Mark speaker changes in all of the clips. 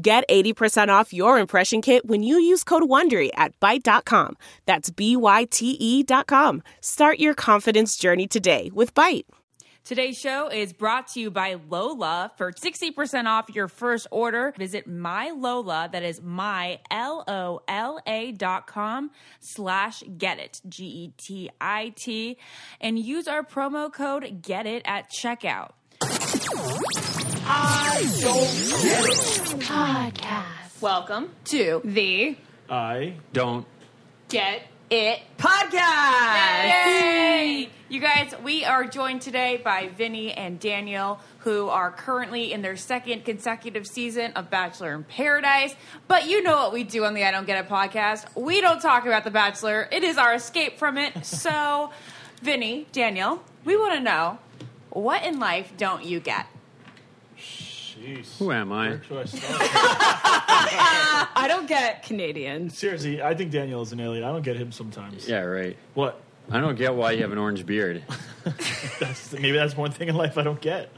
Speaker 1: Get 80% off your impression kit when you use code WONDERY at Byte.com. That's B-Y-T-E E dot com. Start your confidence journey today with Byte.
Speaker 2: Today's show is brought to you by Lola. For 60% off your first order, visit my Lola, that is my L-O-L-A dot com slash get it, E G-E-T-I-T, and use our promo code get it at checkout.
Speaker 3: Welcome to the
Speaker 4: I don't.
Speaker 3: Get It Podcast. Yay! You guys, we are joined today by Vinny and Daniel, who are currently in their second consecutive season of Bachelor in Paradise. But you know what we do on the I Don't Get It podcast. We don't talk about The Bachelor, it is our escape from it. So, Vinny, Daniel, we want to know what in life don't you get?
Speaker 4: Jeez. Who
Speaker 5: am I?
Speaker 4: Where do I start?
Speaker 6: I don't get Canadians.
Speaker 4: Seriously, I think Daniel is an alien. I don't get him sometimes.
Speaker 5: Yeah, right.
Speaker 4: What?
Speaker 5: I don't get why you have an orange beard.
Speaker 4: That's, maybe that's one thing in life I don't get.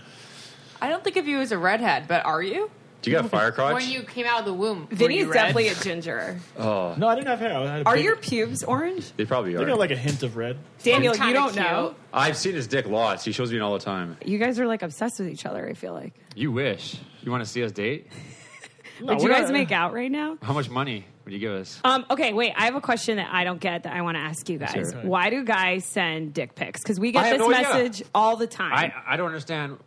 Speaker 3: I don't think of you as a redhead, but are you?
Speaker 5: Do you got fire crotch?
Speaker 7: When you came out of the womb. were
Speaker 6: Vinny's
Speaker 7: you red?
Speaker 6: definitely a ginger.
Speaker 4: No, I didn't have hair. I had a
Speaker 6: Are
Speaker 4: big-
Speaker 6: your pubes orange?
Speaker 5: they probably
Speaker 4: I
Speaker 5: are.
Speaker 4: got like a hint of red.
Speaker 6: Daniel,
Speaker 7: kinda
Speaker 6: you don't
Speaker 7: cute.
Speaker 6: know.
Speaker 5: I've seen his dick lots. He shows me it all the time.
Speaker 6: You guys are like obsessed with each other, I feel like.
Speaker 5: You wish. You want to see us date?
Speaker 4: No,
Speaker 6: Would
Speaker 4: we're
Speaker 6: you guys
Speaker 4: not-
Speaker 6: make out right now?
Speaker 5: How much money would you give us?
Speaker 6: Um, okay, wait. I have a question that I don't get that I want to ask you guys.
Speaker 5: Sure.
Speaker 6: Why do guys send dick pics? Because we
Speaker 5: I
Speaker 6: get
Speaker 5: have
Speaker 6: this
Speaker 5: no idea.
Speaker 6: message all the time.
Speaker 5: I, I don't understand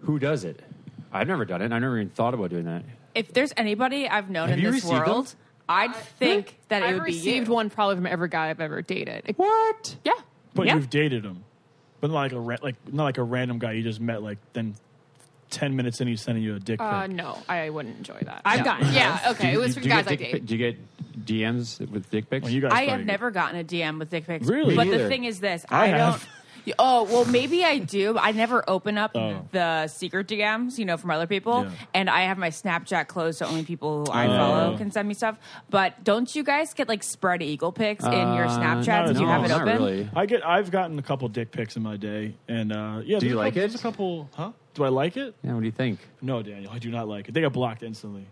Speaker 5: who does it. I've never done it. I never even thought about doing that.
Speaker 3: If there's anybody I've known
Speaker 5: Have
Speaker 3: in
Speaker 5: you
Speaker 3: this
Speaker 5: received them?
Speaker 3: world, I'd think that it
Speaker 7: I've
Speaker 3: would be you.
Speaker 7: received one probably from every guy I've ever dated.
Speaker 5: What?
Speaker 7: Yeah.
Speaker 4: But
Speaker 6: Yeah.
Speaker 4: you've dated him, but not like a ra- like not like a random guy you just met. Like then, ten minutes in, he's sending you a dick
Speaker 7: Uh,
Speaker 4: pic.
Speaker 7: no, I wouldn't enjoy that.
Speaker 6: I've
Speaker 7: No.
Speaker 6: gotten
Speaker 7: Yeah, okay. it was
Speaker 5: do
Speaker 7: from
Speaker 5: you
Speaker 7: guys
Speaker 5: get
Speaker 7: I
Speaker 5: dick
Speaker 7: date.
Speaker 5: pic- Do you get DMs with dick pics?
Speaker 4: Well, you guys
Speaker 3: I have
Speaker 4: probably-
Speaker 3: never gotten a DM with dick pics.
Speaker 4: Really? Me
Speaker 3: But the
Speaker 5: neither.
Speaker 3: thing is this,
Speaker 4: I
Speaker 3: I, don't.
Speaker 4: have.
Speaker 3: Oh well, maybe I do. but I never open up
Speaker 4: Oh.
Speaker 3: the secret DMs, you know, from other people,
Speaker 4: Yeah.
Speaker 3: and I have my Snapchat closed, so only people who I
Speaker 4: Oh.
Speaker 3: follow can send me stuff. But don't you guys get like spread eagle pics in your
Speaker 4: Uh,
Speaker 3: Snapchats
Speaker 4: no,
Speaker 3: if you
Speaker 4: no,
Speaker 3: have it
Speaker 5: Uh, not
Speaker 3: open?
Speaker 5: really.
Speaker 4: I get. I've gotten a couple dick pics in my day, and uh, yeah.
Speaker 5: Do
Speaker 4: there's
Speaker 5: you
Speaker 4: a
Speaker 5: like
Speaker 4: couple-
Speaker 5: it?
Speaker 4: There's a couple. Huh? Do I like it?
Speaker 5: Yeah, what do you think?
Speaker 4: No, Daniel. I do not like it. They got blocked instantly.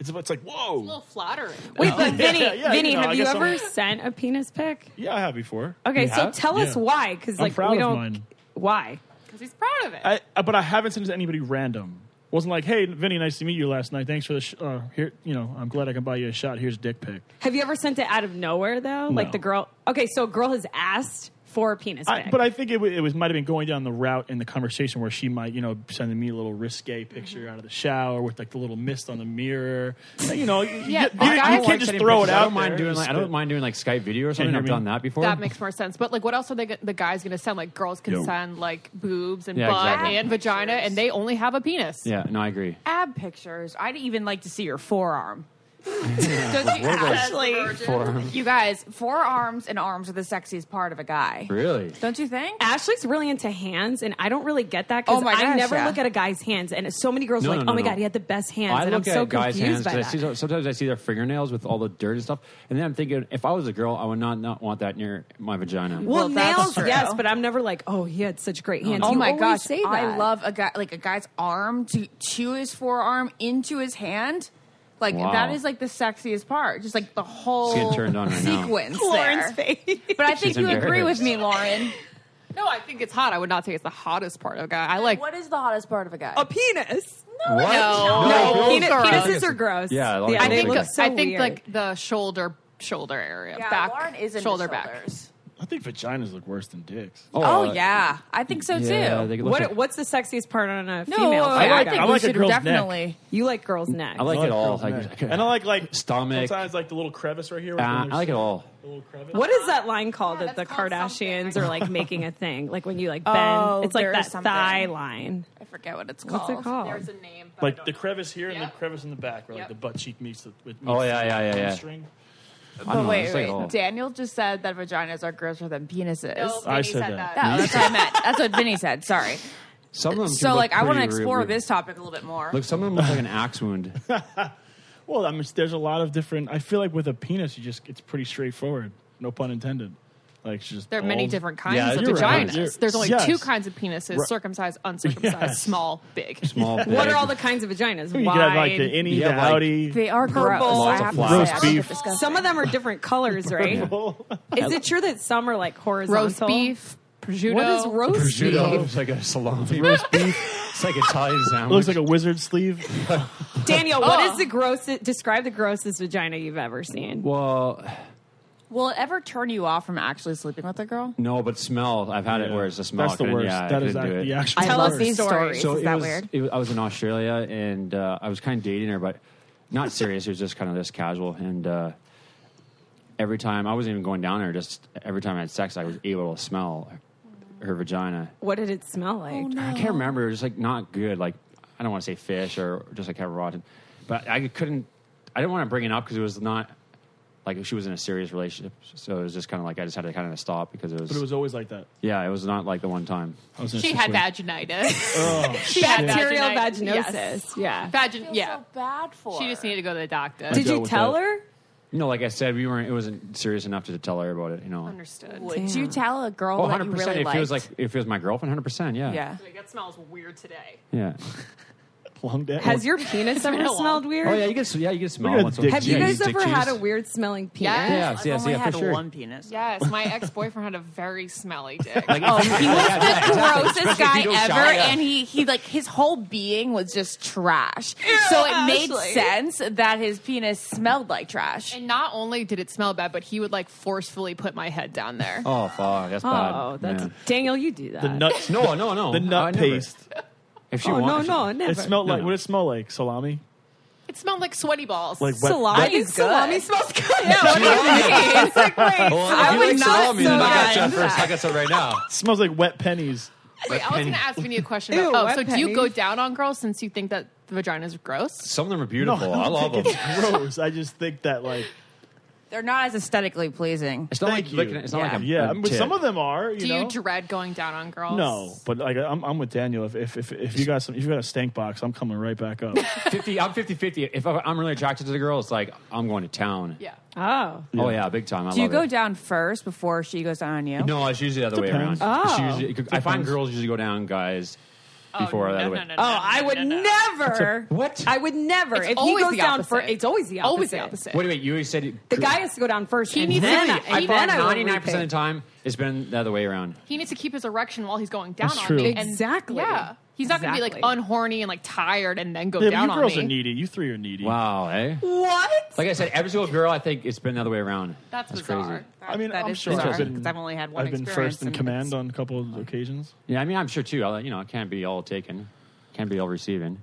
Speaker 4: It's it's like whoa.
Speaker 7: A little flattering.
Speaker 6: wait, but Vinny,
Speaker 4: yeah, yeah,
Speaker 6: Vinny,
Speaker 4: you know,
Speaker 6: have
Speaker 4: I
Speaker 6: you
Speaker 4: guess I'm-
Speaker 6: ever sent a penis pic?
Speaker 4: Yeah, I have before.
Speaker 6: Okay,
Speaker 5: You
Speaker 6: so
Speaker 5: have?
Speaker 6: tell us
Speaker 4: Yeah.
Speaker 6: why, because
Speaker 4: I'm
Speaker 6: like
Speaker 4: proud
Speaker 6: we
Speaker 4: of
Speaker 6: don't.
Speaker 4: mine.
Speaker 6: Why?
Speaker 7: Because he's proud of it.
Speaker 4: I, I- but I haven't sent it to anybody random. Wasn't like, hey, Vinny, nice to meet you last night. Thanks for the sh- uh, here. You know, I'm glad I can buy you a shot. Here's a dick pic.
Speaker 6: Have you ever sent it out of nowhere though?
Speaker 4: No.
Speaker 6: Like the girl. Okay, so a girl has asked for a penis pic.
Speaker 4: I, but I think it, w- it was might have been going down the route in the conversation where she might, you know, sending me a little risque picture
Speaker 5: Mm-hmm.
Speaker 4: out of the shower with like the little mist on the mirror. You know, you- you,
Speaker 7: Yeah, I
Speaker 4: you
Speaker 7: don't
Speaker 4: can't
Speaker 7: like
Speaker 4: just
Speaker 5: Sending
Speaker 4: throw it
Speaker 5: pictures.
Speaker 4: out.
Speaker 5: I don't mind
Speaker 4: there.
Speaker 5: doing. Like, I don't
Speaker 4: Just-
Speaker 5: mind doing like Skype video or
Speaker 4: you
Speaker 5: something.
Speaker 4: hear
Speaker 5: I've
Speaker 4: me?
Speaker 5: done that before.
Speaker 7: that makes more sense. But like, what else are they? The guys going to send like girls can
Speaker 4: Yo.
Speaker 7: send like boobs and
Speaker 5: Yeah,
Speaker 7: butt
Speaker 5: exactly.
Speaker 7: and vagina, and they only have a penis.
Speaker 5: Yeah, no, I agree.
Speaker 3: Ab pictures. I'd even like to see your forearm.
Speaker 7: Does she actually?
Speaker 5: Forearm.
Speaker 3: You guys, forearms and arms are the sexiest part of a guy.
Speaker 5: Really?
Speaker 3: Don't you think?
Speaker 6: Ashley's really into hands, and I don't really get that because
Speaker 3: Oh my
Speaker 6: I
Speaker 3: gosh,
Speaker 6: never
Speaker 3: yeah.
Speaker 6: look at a guy's hands, and so many girls
Speaker 5: No,
Speaker 6: are like,
Speaker 5: no, no,
Speaker 6: "Oh my
Speaker 5: no.
Speaker 6: god, he had the best hands,"
Speaker 5: I
Speaker 6: and I'm
Speaker 5: look
Speaker 6: so
Speaker 5: at guys'
Speaker 6: confused
Speaker 5: hands
Speaker 6: by
Speaker 5: because I
Speaker 6: that.
Speaker 5: see sometimes I see their fingernails with all the dirt and stuff, and then I'm thinking if I was a girl, I would not not want that near my vagina.
Speaker 3: Well,
Speaker 6: well,
Speaker 3: that's
Speaker 6: nails,
Speaker 3: true.
Speaker 6: yes, but I'm never like, "Oh, he had such great hands."
Speaker 3: Oh
Speaker 6: You
Speaker 3: my
Speaker 6: always
Speaker 3: gosh!
Speaker 6: say
Speaker 3: I
Speaker 6: that.
Speaker 3: love a guy like a guy's arm to chew his forearm into his hand. Like
Speaker 5: Wow.
Speaker 3: that is like the sexiest part. Just like the whole
Speaker 5: getting turned on right now.
Speaker 3: sequence.
Speaker 6: Lauren's
Speaker 3: there.
Speaker 6: face.
Speaker 3: But I think
Speaker 5: She's
Speaker 3: you agree with
Speaker 5: embarrassed.
Speaker 3: me, Lauren.
Speaker 7: No, I think it's hot. I would not say it's the hottest part of a guy. I like.
Speaker 3: what is the hottest part of a guy?
Speaker 6: a penis.
Speaker 5: What?
Speaker 7: No.
Speaker 6: No,
Speaker 5: girls
Speaker 6: penis-
Speaker 5: are-
Speaker 6: penises are gross.
Speaker 5: Yeah, I,
Speaker 6: Yeah,
Speaker 7: I
Speaker 6: they
Speaker 7: think.
Speaker 6: look
Speaker 5: think
Speaker 6: so
Speaker 7: I think
Speaker 6: weird.
Speaker 7: like the shoulder, shoulder area,
Speaker 3: Yeah,
Speaker 7: back,
Speaker 3: Lauren is into
Speaker 7: shoulder back.
Speaker 3: shoulders.
Speaker 4: I think vaginas look worse than dicks.
Speaker 3: Oh,
Speaker 5: uh,
Speaker 3: yeah, I think so
Speaker 5: yeah,
Speaker 3: too.
Speaker 5: they look
Speaker 6: What,
Speaker 5: like-
Speaker 6: what's the sexiest part on a
Speaker 3: No,
Speaker 6: female?
Speaker 3: I,
Speaker 4: like-
Speaker 3: think
Speaker 4: I
Speaker 3: we
Speaker 4: like a
Speaker 3: should
Speaker 4: girl's neck.
Speaker 3: definitely.
Speaker 6: you like girls' necks.
Speaker 5: I like it all. Like, I could-
Speaker 4: and I like like
Speaker 5: Stomach.
Speaker 4: Sometimes like the little crevice right here.
Speaker 5: uh,
Speaker 4: Like when
Speaker 5: I like it
Speaker 4: there's
Speaker 5: all.
Speaker 4: a Little crevice.
Speaker 6: What is that line called that the
Speaker 7: that's called
Speaker 6: Kardashians
Speaker 7: something.
Speaker 6: are like making a thing? Like when you like bend,
Speaker 3: Oh,
Speaker 6: it's like
Speaker 3: there is
Speaker 6: that
Speaker 3: something. Oh,
Speaker 6: thigh line.
Speaker 3: I forget what it's called.
Speaker 6: What's it called?
Speaker 7: There's a name. but I
Speaker 4: Like
Speaker 7: don't
Speaker 4: the
Speaker 7: know.
Speaker 4: crevice here and
Speaker 7: Yep.
Speaker 4: the crevice in the back, where like
Speaker 7: Yep.
Speaker 4: the butt cheek meets the. With, meets
Speaker 5: Oh, yeah,
Speaker 4: the
Speaker 5: yeah, yeah, yeah.
Speaker 4: hamstring.
Speaker 5: I
Speaker 3: But
Speaker 5: don't know,
Speaker 3: wait,
Speaker 5: it's like it all.
Speaker 3: wait. Daniel just said that vaginas are grosser than penises.
Speaker 7: No,
Speaker 4: I
Speaker 7: Vinny
Speaker 4: said that.
Speaker 3: No, that's what I meant. That's what Vinny said. Sorry.
Speaker 5: Some of them.
Speaker 3: So,
Speaker 5: can look
Speaker 3: like, I want to
Speaker 5: pretty re-
Speaker 3: explore
Speaker 5: re-
Speaker 3: this topic a little bit more.
Speaker 5: Look, some of them look like an axe wound.
Speaker 4: Well, I mean, there's a lot of different. I feel like with a penis, you just it's pretty straightforward. No pun intended. Like it's just
Speaker 7: There are many
Speaker 4: bold.
Speaker 7: different kinds
Speaker 5: Yeah,
Speaker 7: of
Speaker 5: you're
Speaker 7: vaginas.
Speaker 5: right.
Speaker 4: You're-
Speaker 7: There's only
Speaker 4: yes.
Speaker 7: two kinds of penises: circumcised, uncircumcised,
Speaker 4: Yes.
Speaker 7: small, big.
Speaker 5: Small.
Speaker 6: What
Speaker 5: big.
Speaker 6: are all the kinds of vaginas?
Speaker 4: You
Speaker 6: Wide.
Speaker 4: could have like the innie,
Speaker 5: Yeah,
Speaker 4: the
Speaker 5: like-
Speaker 4: outie.
Speaker 3: they are gross.
Speaker 6: Purple.
Speaker 3: I have to
Speaker 5: Lots
Speaker 3: say,
Speaker 5: of
Speaker 3: I
Speaker 5: flies.
Speaker 3: think
Speaker 4: Roast
Speaker 3: it's
Speaker 4: beef.
Speaker 3: disgusting.
Speaker 6: Some of them are different colors, right? Is it true that some are like horizontal?
Speaker 7: roast beef, prosciutto.
Speaker 6: What is roast beef?
Speaker 5: Prosciutto looks like a salami. Roast beef. It's like Italian sandwich.
Speaker 4: It looks like a wizard sleeve.
Speaker 6: Daniel, what
Speaker 7: Ah.
Speaker 6: is the grossest? Describe the grossest vagina you've ever seen.
Speaker 5: Well,
Speaker 3: Will it ever turn you off from actually sleeping with a girl?
Speaker 5: no, but smell. I've had it where it's a smell.
Speaker 4: That's the
Speaker 5: and,
Speaker 4: worst.
Speaker 5: Yeah, I
Speaker 4: that is
Speaker 5: couldn't
Speaker 4: act-
Speaker 5: do it.
Speaker 4: the actual.
Speaker 6: Tell
Speaker 3: love
Speaker 6: us
Speaker 3: these
Speaker 6: the story.
Speaker 3: stories. Is
Speaker 5: it
Speaker 3: that
Speaker 5: was,
Speaker 3: weird?
Speaker 5: it was- I was in Australia and uh, I was kind of dating her, but not serious. it was just kind of this casual. And uh, every time I wasn't even going down there, just every time I had sex, I was able to smell her vagina.
Speaker 6: What did it smell like?
Speaker 7: Oh,
Speaker 5: I can't remember. It was like not good. Like I don't want to say fish or just like kind of rotten, but I couldn't. I didn't want to bring it up because it was not like she was in a serious relationship. So it was just kind of like I just had to kind of stop because it was.
Speaker 4: But it was always like that.
Speaker 5: yeah, it was not like the one time.
Speaker 4: I was in a
Speaker 7: She had
Speaker 4: situation-
Speaker 7: vaginitis.
Speaker 6: She had bacterial
Speaker 7: vaginitis.
Speaker 6: vaginosis.
Speaker 7: Yes.
Speaker 6: Yeah.
Speaker 7: Vagin. Yeah.
Speaker 3: bad for.
Speaker 7: She just needed to go to the doctor.
Speaker 6: Did
Speaker 5: dealt
Speaker 6: you
Speaker 5: with
Speaker 6: tell
Speaker 5: that.
Speaker 6: her?
Speaker 5: You know, like I said, we weren't. It wasn't serious enough to tell her about it. You know.
Speaker 7: Understood.
Speaker 3: Would you tell a girl
Speaker 5: Oh,
Speaker 3: that
Speaker 5: 100
Speaker 3: you
Speaker 5: percent.
Speaker 3: really
Speaker 5: if
Speaker 3: liked?
Speaker 5: it was like if it was my girlfriend, hundred percent. Yeah.
Speaker 3: yeah.
Speaker 7: That smells weird today.
Speaker 5: Yeah.
Speaker 4: long day.
Speaker 6: Has your penis ever
Speaker 7: been a while.
Speaker 6: smelled weird?
Speaker 5: Oh yeah, you can. s- Yeah, you can smell.
Speaker 4: at
Speaker 5: once
Speaker 4: the
Speaker 5: in a
Speaker 4: dick
Speaker 5: while.
Speaker 6: Have you
Speaker 5: Yeah,
Speaker 6: guys
Speaker 5: use dick
Speaker 6: ever had a
Speaker 5: juice.
Speaker 6: weird smelling penis?
Speaker 7: Yes.
Speaker 5: Yeah,
Speaker 3: I've
Speaker 5: yeah,
Speaker 3: only
Speaker 5: yeah,
Speaker 3: had
Speaker 5: for sure.
Speaker 3: one penis.
Speaker 7: Yes, my ex boyfriend had a very smelly dick.
Speaker 5: oh, he
Speaker 3: Grossest guy ever, and he he like his whole being was just trash. so it made
Speaker 7: Ashley.
Speaker 3: sense that his penis smelled like trash.
Speaker 7: and not only did it smell bad, but he would like forcefully put my head down there.
Speaker 5: Oh fuck, that's bad.
Speaker 6: Oh, that's
Speaker 5: Uh, Yeah.
Speaker 6: Daniel. You do that.
Speaker 4: the nut?
Speaker 5: No, no, no.
Speaker 4: the
Speaker 5: Oh, I
Speaker 4: nut
Speaker 5: never-
Speaker 4: paste.
Speaker 5: If she
Speaker 6: Oh no,
Speaker 5: wants,
Speaker 6: no, never.
Speaker 4: It smelled like
Speaker 5: no.
Speaker 4: what did it smell like? Salami?
Speaker 7: It smelled like sweaty balls.
Speaker 4: Like wet-
Speaker 6: salami.
Speaker 4: wet-
Speaker 3: is good.
Speaker 6: Salami smells good.
Speaker 7: it's like wait,
Speaker 5: Well,
Speaker 7: I
Speaker 5: you
Speaker 7: would
Speaker 5: like
Speaker 7: not
Speaker 5: salami, then I got you
Speaker 7: mind
Speaker 5: at first. I got some right now.
Speaker 4: smells like wet pennies.
Speaker 7: Wait, I was going to ask Vinny a question.
Speaker 6: Ew,
Speaker 7: about, oh,
Speaker 6: wet
Speaker 7: so do you
Speaker 6: panties.
Speaker 7: go down on girls since you think that the vaginas are gross?
Speaker 5: Some of them are
Speaker 4: No,
Speaker 5: beautiful.
Speaker 4: I,
Speaker 5: I love them.
Speaker 4: them. Gross. I just think that like
Speaker 3: They're not as aesthetically pleasing.
Speaker 5: It's not
Speaker 4: Thank
Speaker 5: like
Speaker 4: you.
Speaker 5: looking. It's not
Speaker 3: Yeah.
Speaker 5: like a,
Speaker 4: yeah,
Speaker 5: a
Speaker 4: I mean, some
Speaker 5: tit.
Speaker 4: of them are. You
Speaker 7: Do
Speaker 4: know?
Speaker 7: you dread going down on girls?
Speaker 4: No, but like I'm, I'm with Daniel. If if, if if you got some, if you got a stank box, I'm coming right back up.
Speaker 5: 50, I'm 50-50. If I- I'm really attracted to the girl, it's like I'm going to town.
Speaker 7: Yeah.
Speaker 6: Oh,
Speaker 5: Oh yeah, big time. I
Speaker 3: Do you
Speaker 5: love
Speaker 3: go
Speaker 5: it.
Speaker 3: down first before she goes down on you?
Speaker 5: No, it's usually the other
Speaker 4: Depends.
Speaker 5: way around. It's
Speaker 6: Oh.
Speaker 5: usually, I find girls usually go down guys before
Speaker 7: no,
Speaker 5: the other
Speaker 7: no,
Speaker 5: way.
Speaker 7: no, no,
Speaker 6: oh,
Speaker 7: no,
Speaker 6: I
Speaker 7: no,
Speaker 6: would
Speaker 7: no, no.
Speaker 6: never.
Speaker 5: What?
Speaker 6: I would never.
Speaker 7: It's
Speaker 6: if he
Speaker 7: always
Speaker 6: goes
Speaker 7: the
Speaker 6: down
Speaker 7: opposite.
Speaker 6: first, it's always the opposite.
Speaker 7: Always the opposite.
Speaker 5: Wait, wait. You always said it-
Speaker 6: The guy has to go down first.
Speaker 7: He
Speaker 6: and
Speaker 7: needs to
Speaker 6: then
Speaker 7: be-
Speaker 6: I-
Speaker 7: he
Speaker 6: and
Speaker 7: needs
Speaker 6: then
Speaker 7: to
Speaker 6: I
Speaker 7: be
Speaker 6: will
Speaker 5: 99% of the
Speaker 6: repay.
Speaker 5: time, it's been the other way around.
Speaker 7: He needs to keep his erection while he's going down
Speaker 4: That's
Speaker 7: on
Speaker 4: true.
Speaker 7: me. And
Speaker 6: Exactly.
Speaker 7: Yeah. He's not going to be like
Speaker 6: Exactly.
Speaker 7: unhorny and like tired and then go
Speaker 4: yeah, but
Speaker 7: down
Speaker 4: you
Speaker 7: on
Speaker 4: girls
Speaker 7: me.
Speaker 4: are needy. You three are needy.
Speaker 5: Wow, eh?
Speaker 6: What?
Speaker 5: Like I said, every single girl, I think it's been the other way around.
Speaker 7: That's,
Speaker 5: crazy.
Speaker 7: bizarre.
Speaker 4: I mean,
Speaker 3: That
Speaker 4: I'm
Speaker 3: is
Speaker 4: sure
Speaker 3: bizarre,
Speaker 4: I've been,
Speaker 3: 'cause I've only had one
Speaker 4: I've been
Speaker 3: experience
Speaker 4: first in
Speaker 3: and
Speaker 4: command
Speaker 3: it's-
Speaker 4: on a couple of occasions.
Speaker 5: Yeah, I mean, I'm sure too. I, you know, it can't be all taken, can't be all receiving.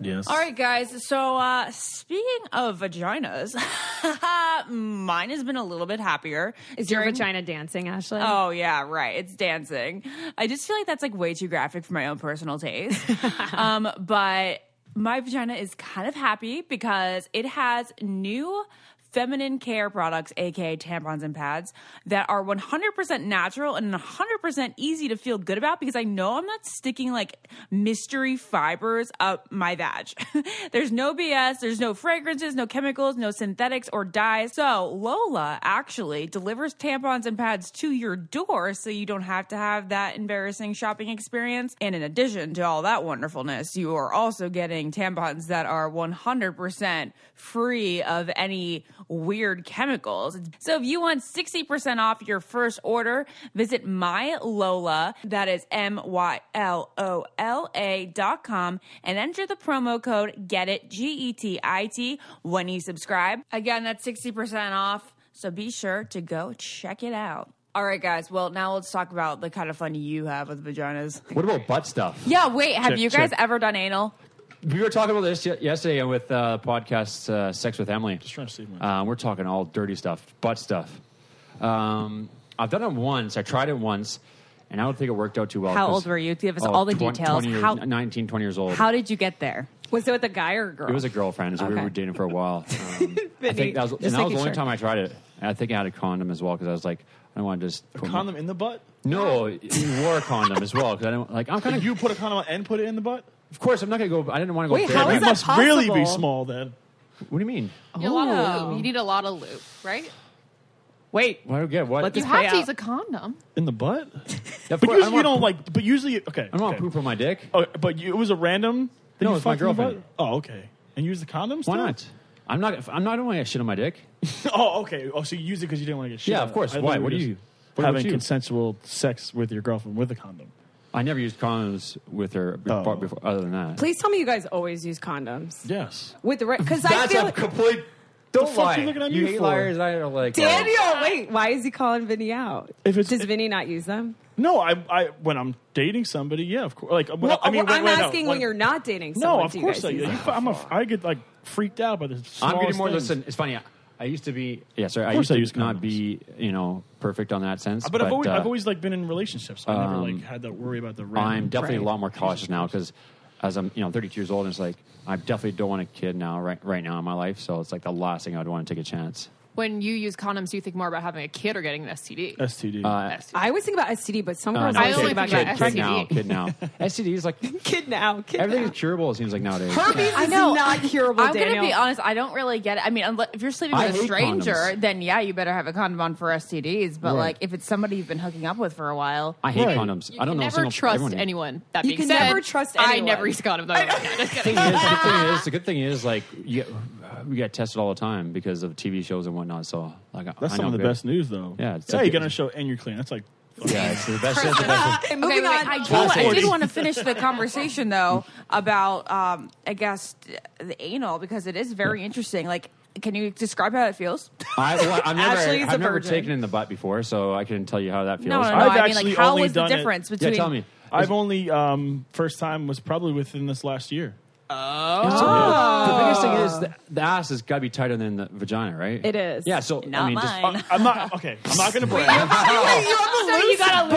Speaker 4: Yes.
Speaker 2: All right, guys. So, uh, speaking of vaginas, mine has been a little bit happier.
Speaker 6: Is your vagina dancing, Ashley?
Speaker 2: Oh yeah, right. It's dancing. I just feel like that's like way too graphic for my own personal taste. um, but my vagina is kind of happy because it has new feminine care products, aka tampons and pads, that are 100% natural and 100% easy to feel good about because I know I'm not sticking like mystery fibers up my vag. there's no BS, there's no fragrances, no chemicals, no synthetics or dyes. So Lola actually delivers tampons and pads to your door so you don't have to have that embarrassing shopping experience. And in addition to all that wonderfulness, you are also getting tampons that are 100% free of any weird chemicals. So if you want 60% off your first order, visit my Lola, that is M Y L O L A dot com, and enter the promo code GET IT, G E T I T, when you subscribe. Again, that's 60% off. So be sure to go check it out.
Speaker 3: All right, guys. Well, now let's talk about the kind of fun you have with vaginas.
Speaker 5: What about butt stuff?
Speaker 3: Yeah, wait. Have
Speaker 4: Check,
Speaker 3: you guys
Speaker 4: check.
Speaker 3: ever done anal?
Speaker 5: We were talking about this ye- yesterday with uh, podcast uh, Sex with Emily. Just
Speaker 4: trying to see mine.
Speaker 5: Uh, we're talking all dirty stuff, butt stuff. Um, I've done it once. I tried it once, and I don't think it worked out too well.
Speaker 2: How
Speaker 5: 'cause-
Speaker 2: old were you? Give us all the
Speaker 5: 20
Speaker 2: details.
Speaker 5: 20 Oh, years-
Speaker 2: How-
Speaker 5: 19, 20 years old.
Speaker 2: How did you get there?
Speaker 6: Was it with a guy or a girl?
Speaker 5: It was a girlfriend, so we
Speaker 6: Okay.
Speaker 5: were dating for a while. Um, I think that was, and
Speaker 6: just
Speaker 5: that
Speaker 6: making
Speaker 5: was the only
Speaker 6: sure.
Speaker 5: time I tried it. And I think I had a condom as well because I was like, I don't want to just put my-
Speaker 4: condom in the butt?
Speaker 5: No, you wore a condom as well because I don't like. I'm kind of.
Speaker 4: You put a condom on and put it in the butt?
Speaker 5: Of course, I'm not gonna go. I didn't want to go.
Speaker 6: Wait,
Speaker 5: bare
Speaker 6: how
Speaker 5: naked.
Speaker 6: is
Speaker 4: you
Speaker 6: that
Speaker 4: must really be
Speaker 6: possible?
Speaker 4: small then.
Speaker 5: What do you mean?
Speaker 7: You, need a lot of
Speaker 6: Oh.
Speaker 7: lube. you need a lot of lube, right?
Speaker 6: Wait,
Speaker 5: Well, I don't get what.
Speaker 6: Let
Speaker 7: You
Speaker 6: Just
Speaker 7: have
Speaker 6: play
Speaker 7: to
Speaker 6: out.
Speaker 7: use a condom.
Speaker 4: In the butt? But
Speaker 5: Of course, I
Speaker 4: usually you
Speaker 5: want-
Speaker 4: don't like. But usually, okay.
Speaker 5: I don't want
Speaker 4: okay.
Speaker 5: to poop on my dick.
Speaker 4: Oh, but you, it was a random. that
Speaker 5: No,
Speaker 4: you
Speaker 5: it's my
Speaker 4: fucked in the
Speaker 5: girlfriend.
Speaker 4: butt? Oh, okay. And you used the condoms?
Speaker 5: Why not? I'm not. I'm not. I don't want to shit on my dick.
Speaker 4: oh, okay. Oh, so you used it because you didn't want to get shit.
Speaker 5: Yeah,
Speaker 4: on
Speaker 5: of
Speaker 4: it.
Speaker 5: course.
Speaker 4: I
Speaker 5: Why?
Speaker 4: literally
Speaker 5: What do
Speaker 4: just
Speaker 5: you- what
Speaker 4: having
Speaker 5: about you?
Speaker 4: consensual sex with your girlfriend with a condom?
Speaker 5: I never used condoms with her before.
Speaker 4: Oh.
Speaker 5: before other than that,
Speaker 6: please tell me you guys always use condoms
Speaker 4: Yes.
Speaker 6: with the because I feel.
Speaker 5: complete. Don't
Speaker 4: fuck you looking at me
Speaker 5: hate
Speaker 4: for?
Speaker 5: liars. I don't like.
Speaker 6: Daniel, wait, why is he calling Vinny out?
Speaker 4: If it's-
Speaker 6: Does Vinny not use them?
Speaker 4: No, I, I when I'm dating somebody, yeah, of course. Like, when, I mean,
Speaker 6: am
Speaker 4: when,
Speaker 6: asking
Speaker 4: no,
Speaker 6: when, you're not dating someone.
Speaker 4: No, of
Speaker 6: do you
Speaker 4: course.
Speaker 6: guys
Speaker 4: I,
Speaker 6: use
Speaker 4: you,
Speaker 6: them?
Speaker 4: I'm a, I get like freaked out by this.
Speaker 5: I'm getting more. Listen, it's funny. I, I used to be. Yeah, sorry. I
Speaker 4: course
Speaker 5: used
Speaker 4: I
Speaker 5: to
Speaker 4: use
Speaker 5: not
Speaker 4: condoms.
Speaker 5: be. You know, perfect on that sense.
Speaker 4: but, I've always
Speaker 5: uh,
Speaker 4: I've always like been in relationships. So I never
Speaker 5: um,
Speaker 4: like had that worry about the. Random
Speaker 5: I'm definitely
Speaker 6: Right.
Speaker 5: a lot more cautious now because as I'm, you know, 32 years old, and it's like I definitely don't want a kid now, right, right now in my life. So it's like the last thing I'd want to take a chance.
Speaker 7: When you use condoms, you think more about having a kid or getting an STD.
Speaker 4: STD.
Speaker 5: uh,
Speaker 6: I always think about STD, but
Speaker 4: Uh,
Speaker 6: some girls
Speaker 5: no,
Speaker 6: always
Speaker 7: I
Speaker 6: think
Speaker 7: only
Speaker 6: about
Speaker 7: think
Speaker 5: kid,
Speaker 6: getting
Speaker 7: about
Speaker 5: kid
Speaker 6: pregnant.
Speaker 5: now,
Speaker 7: STD.
Speaker 5: kid now. STD is like
Speaker 6: Kid now, kid
Speaker 5: everything is
Speaker 6: now.
Speaker 5: curable. It seems like nowadays.
Speaker 6: Herpes
Speaker 3: I
Speaker 6: is
Speaker 3: know.
Speaker 6: not curable,
Speaker 3: I'm
Speaker 6: Daniel.
Speaker 3: gonna be honest. I don't really get it. I mean, unless, if you're sleeping
Speaker 5: I
Speaker 3: with a
Speaker 5: hate
Speaker 3: stranger,
Speaker 5: condoms.
Speaker 3: then yeah, you better have a condom on for STDs. But
Speaker 5: Right.
Speaker 3: like, if it's somebody you've been hooking up with for a while,
Speaker 5: I hate
Speaker 4: Right.
Speaker 5: condoms.
Speaker 7: You
Speaker 5: I don't
Speaker 7: can
Speaker 5: know. a
Speaker 7: never
Speaker 5: single-
Speaker 7: trust
Speaker 5: everyone-
Speaker 7: anyone. That
Speaker 6: You
Speaker 7: being
Speaker 6: can
Speaker 7: said,
Speaker 6: never trust
Speaker 7: I
Speaker 6: anyone.
Speaker 7: never use condoms. though.
Speaker 5: Thing is, the thing is, the good thing is, like you, we get tested all the time because of TV shows and whatnot. So like, I-
Speaker 4: That's
Speaker 5: I
Speaker 4: some
Speaker 5: know
Speaker 4: of the
Speaker 5: good-
Speaker 4: best news, though.
Speaker 5: Yeah, it's
Speaker 4: yeah,
Speaker 5: like-
Speaker 4: you're gonna show and you're clean. That's like
Speaker 5: Yeah, it's the best. it's the best.
Speaker 6: Okay,
Speaker 3: Okay,
Speaker 6: moving
Speaker 3: wait,
Speaker 6: on.
Speaker 3: I do,
Speaker 4: Last
Speaker 3: I
Speaker 4: order.
Speaker 3: do want to finish the conversation though about um, I guess the anal because it is very interesting. Like, can you describe how it feels?
Speaker 5: I, well, I've never,
Speaker 6: Ashley's a
Speaker 5: I've never
Speaker 6: virgin.
Speaker 5: taken it in the butt before, so I couldn't tell you how that feels.
Speaker 3: No, no, no. I
Speaker 4: I've
Speaker 3: mean,
Speaker 4: actually
Speaker 3: like, how
Speaker 4: only
Speaker 3: was the
Speaker 4: done it-
Speaker 3: difference
Speaker 5: yeah,
Speaker 3: between?
Speaker 5: tell me.
Speaker 4: I've only um, first time was probably within this last year.
Speaker 6: Oh.
Speaker 5: The biggest thing is the, the ass has got to be tighter than the vagina, right?
Speaker 6: It is.
Speaker 5: Yeah. So I
Speaker 3: Not
Speaker 5: mean,
Speaker 3: mine.
Speaker 5: just
Speaker 4: Uh, I'm not okay. I'm not gonna brag.
Speaker 3: So you gotta lose that.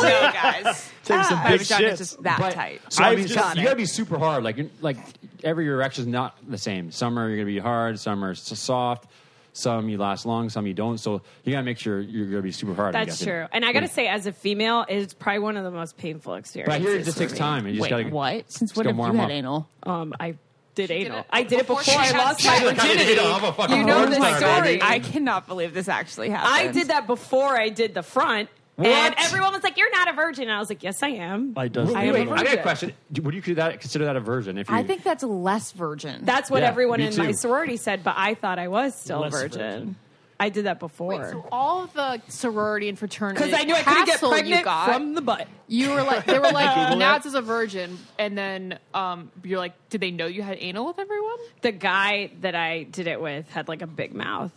Speaker 3: No, guys.
Speaker 4: Take
Speaker 6: Oh
Speaker 4: some
Speaker 3: My
Speaker 4: big
Speaker 3: vagina's
Speaker 4: shit.
Speaker 3: just that
Speaker 5: but-
Speaker 3: tight.
Speaker 5: So I
Speaker 4: I've
Speaker 5: mean, so
Speaker 4: just-
Speaker 5: you got to be super hard. Like, you're, like every erection's not the same. Some are you're gonna be hard. Some are s- soft. Some you last long. Some you don't. So you got to make sure you're gonna be super hard. I'm
Speaker 6: That's
Speaker 5: guessing.
Speaker 6: true. And I got to say, as a female, it's probably one of the most painful
Speaker 5: But I
Speaker 6: experiences.
Speaker 5: hear it just takes
Speaker 6: for me.
Speaker 5: time. and You just
Speaker 3: Wait,
Speaker 5: gotta,
Speaker 3: what? Since
Speaker 5: just
Speaker 3: when
Speaker 5: gotta
Speaker 3: have you
Speaker 5: warm
Speaker 3: had
Speaker 5: up.
Speaker 3: anal?
Speaker 6: Um, I did anal.
Speaker 7: it
Speaker 6: I did it
Speaker 7: before
Speaker 6: before I
Speaker 7: she had
Speaker 6: lost my
Speaker 7: sex.
Speaker 6: virginity.
Speaker 5: I'm a fucking
Speaker 6: You know
Speaker 5: porn
Speaker 6: the
Speaker 5: star,
Speaker 6: story.
Speaker 5: baby.
Speaker 3: I cannot believe this actually happened.
Speaker 6: I did that before I did the front. And everyone was like, "You're not a virgin." And I was like, "Yes, I am."
Speaker 4: I does.
Speaker 5: Wait,
Speaker 6: am
Speaker 5: wait,
Speaker 6: a
Speaker 5: I got a
Speaker 6: virgin.
Speaker 5: question. Do- Would you consider that, consider that a version? If you,
Speaker 3: I think that's less virgin.
Speaker 6: That's what
Speaker 5: Yeah,
Speaker 6: everyone
Speaker 5: me
Speaker 6: in
Speaker 5: too.
Speaker 6: my sorority said, but I thought I was still a
Speaker 4: Less
Speaker 6: virgin.
Speaker 4: virgin.
Speaker 6: I did that before
Speaker 7: So all of the sorority and fraternity
Speaker 6: because I knew I couldn't get
Speaker 7: hassle you
Speaker 6: pregnant
Speaker 7: got,
Speaker 6: from the butt.
Speaker 7: You were like, they were like,
Speaker 4: Google
Speaker 7: Nats
Speaker 4: that.
Speaker 7: is a virgin, and then um, you're like, did they know you had anal with everyone?
Speaker 6: The guy that I did it with had like a big mouth.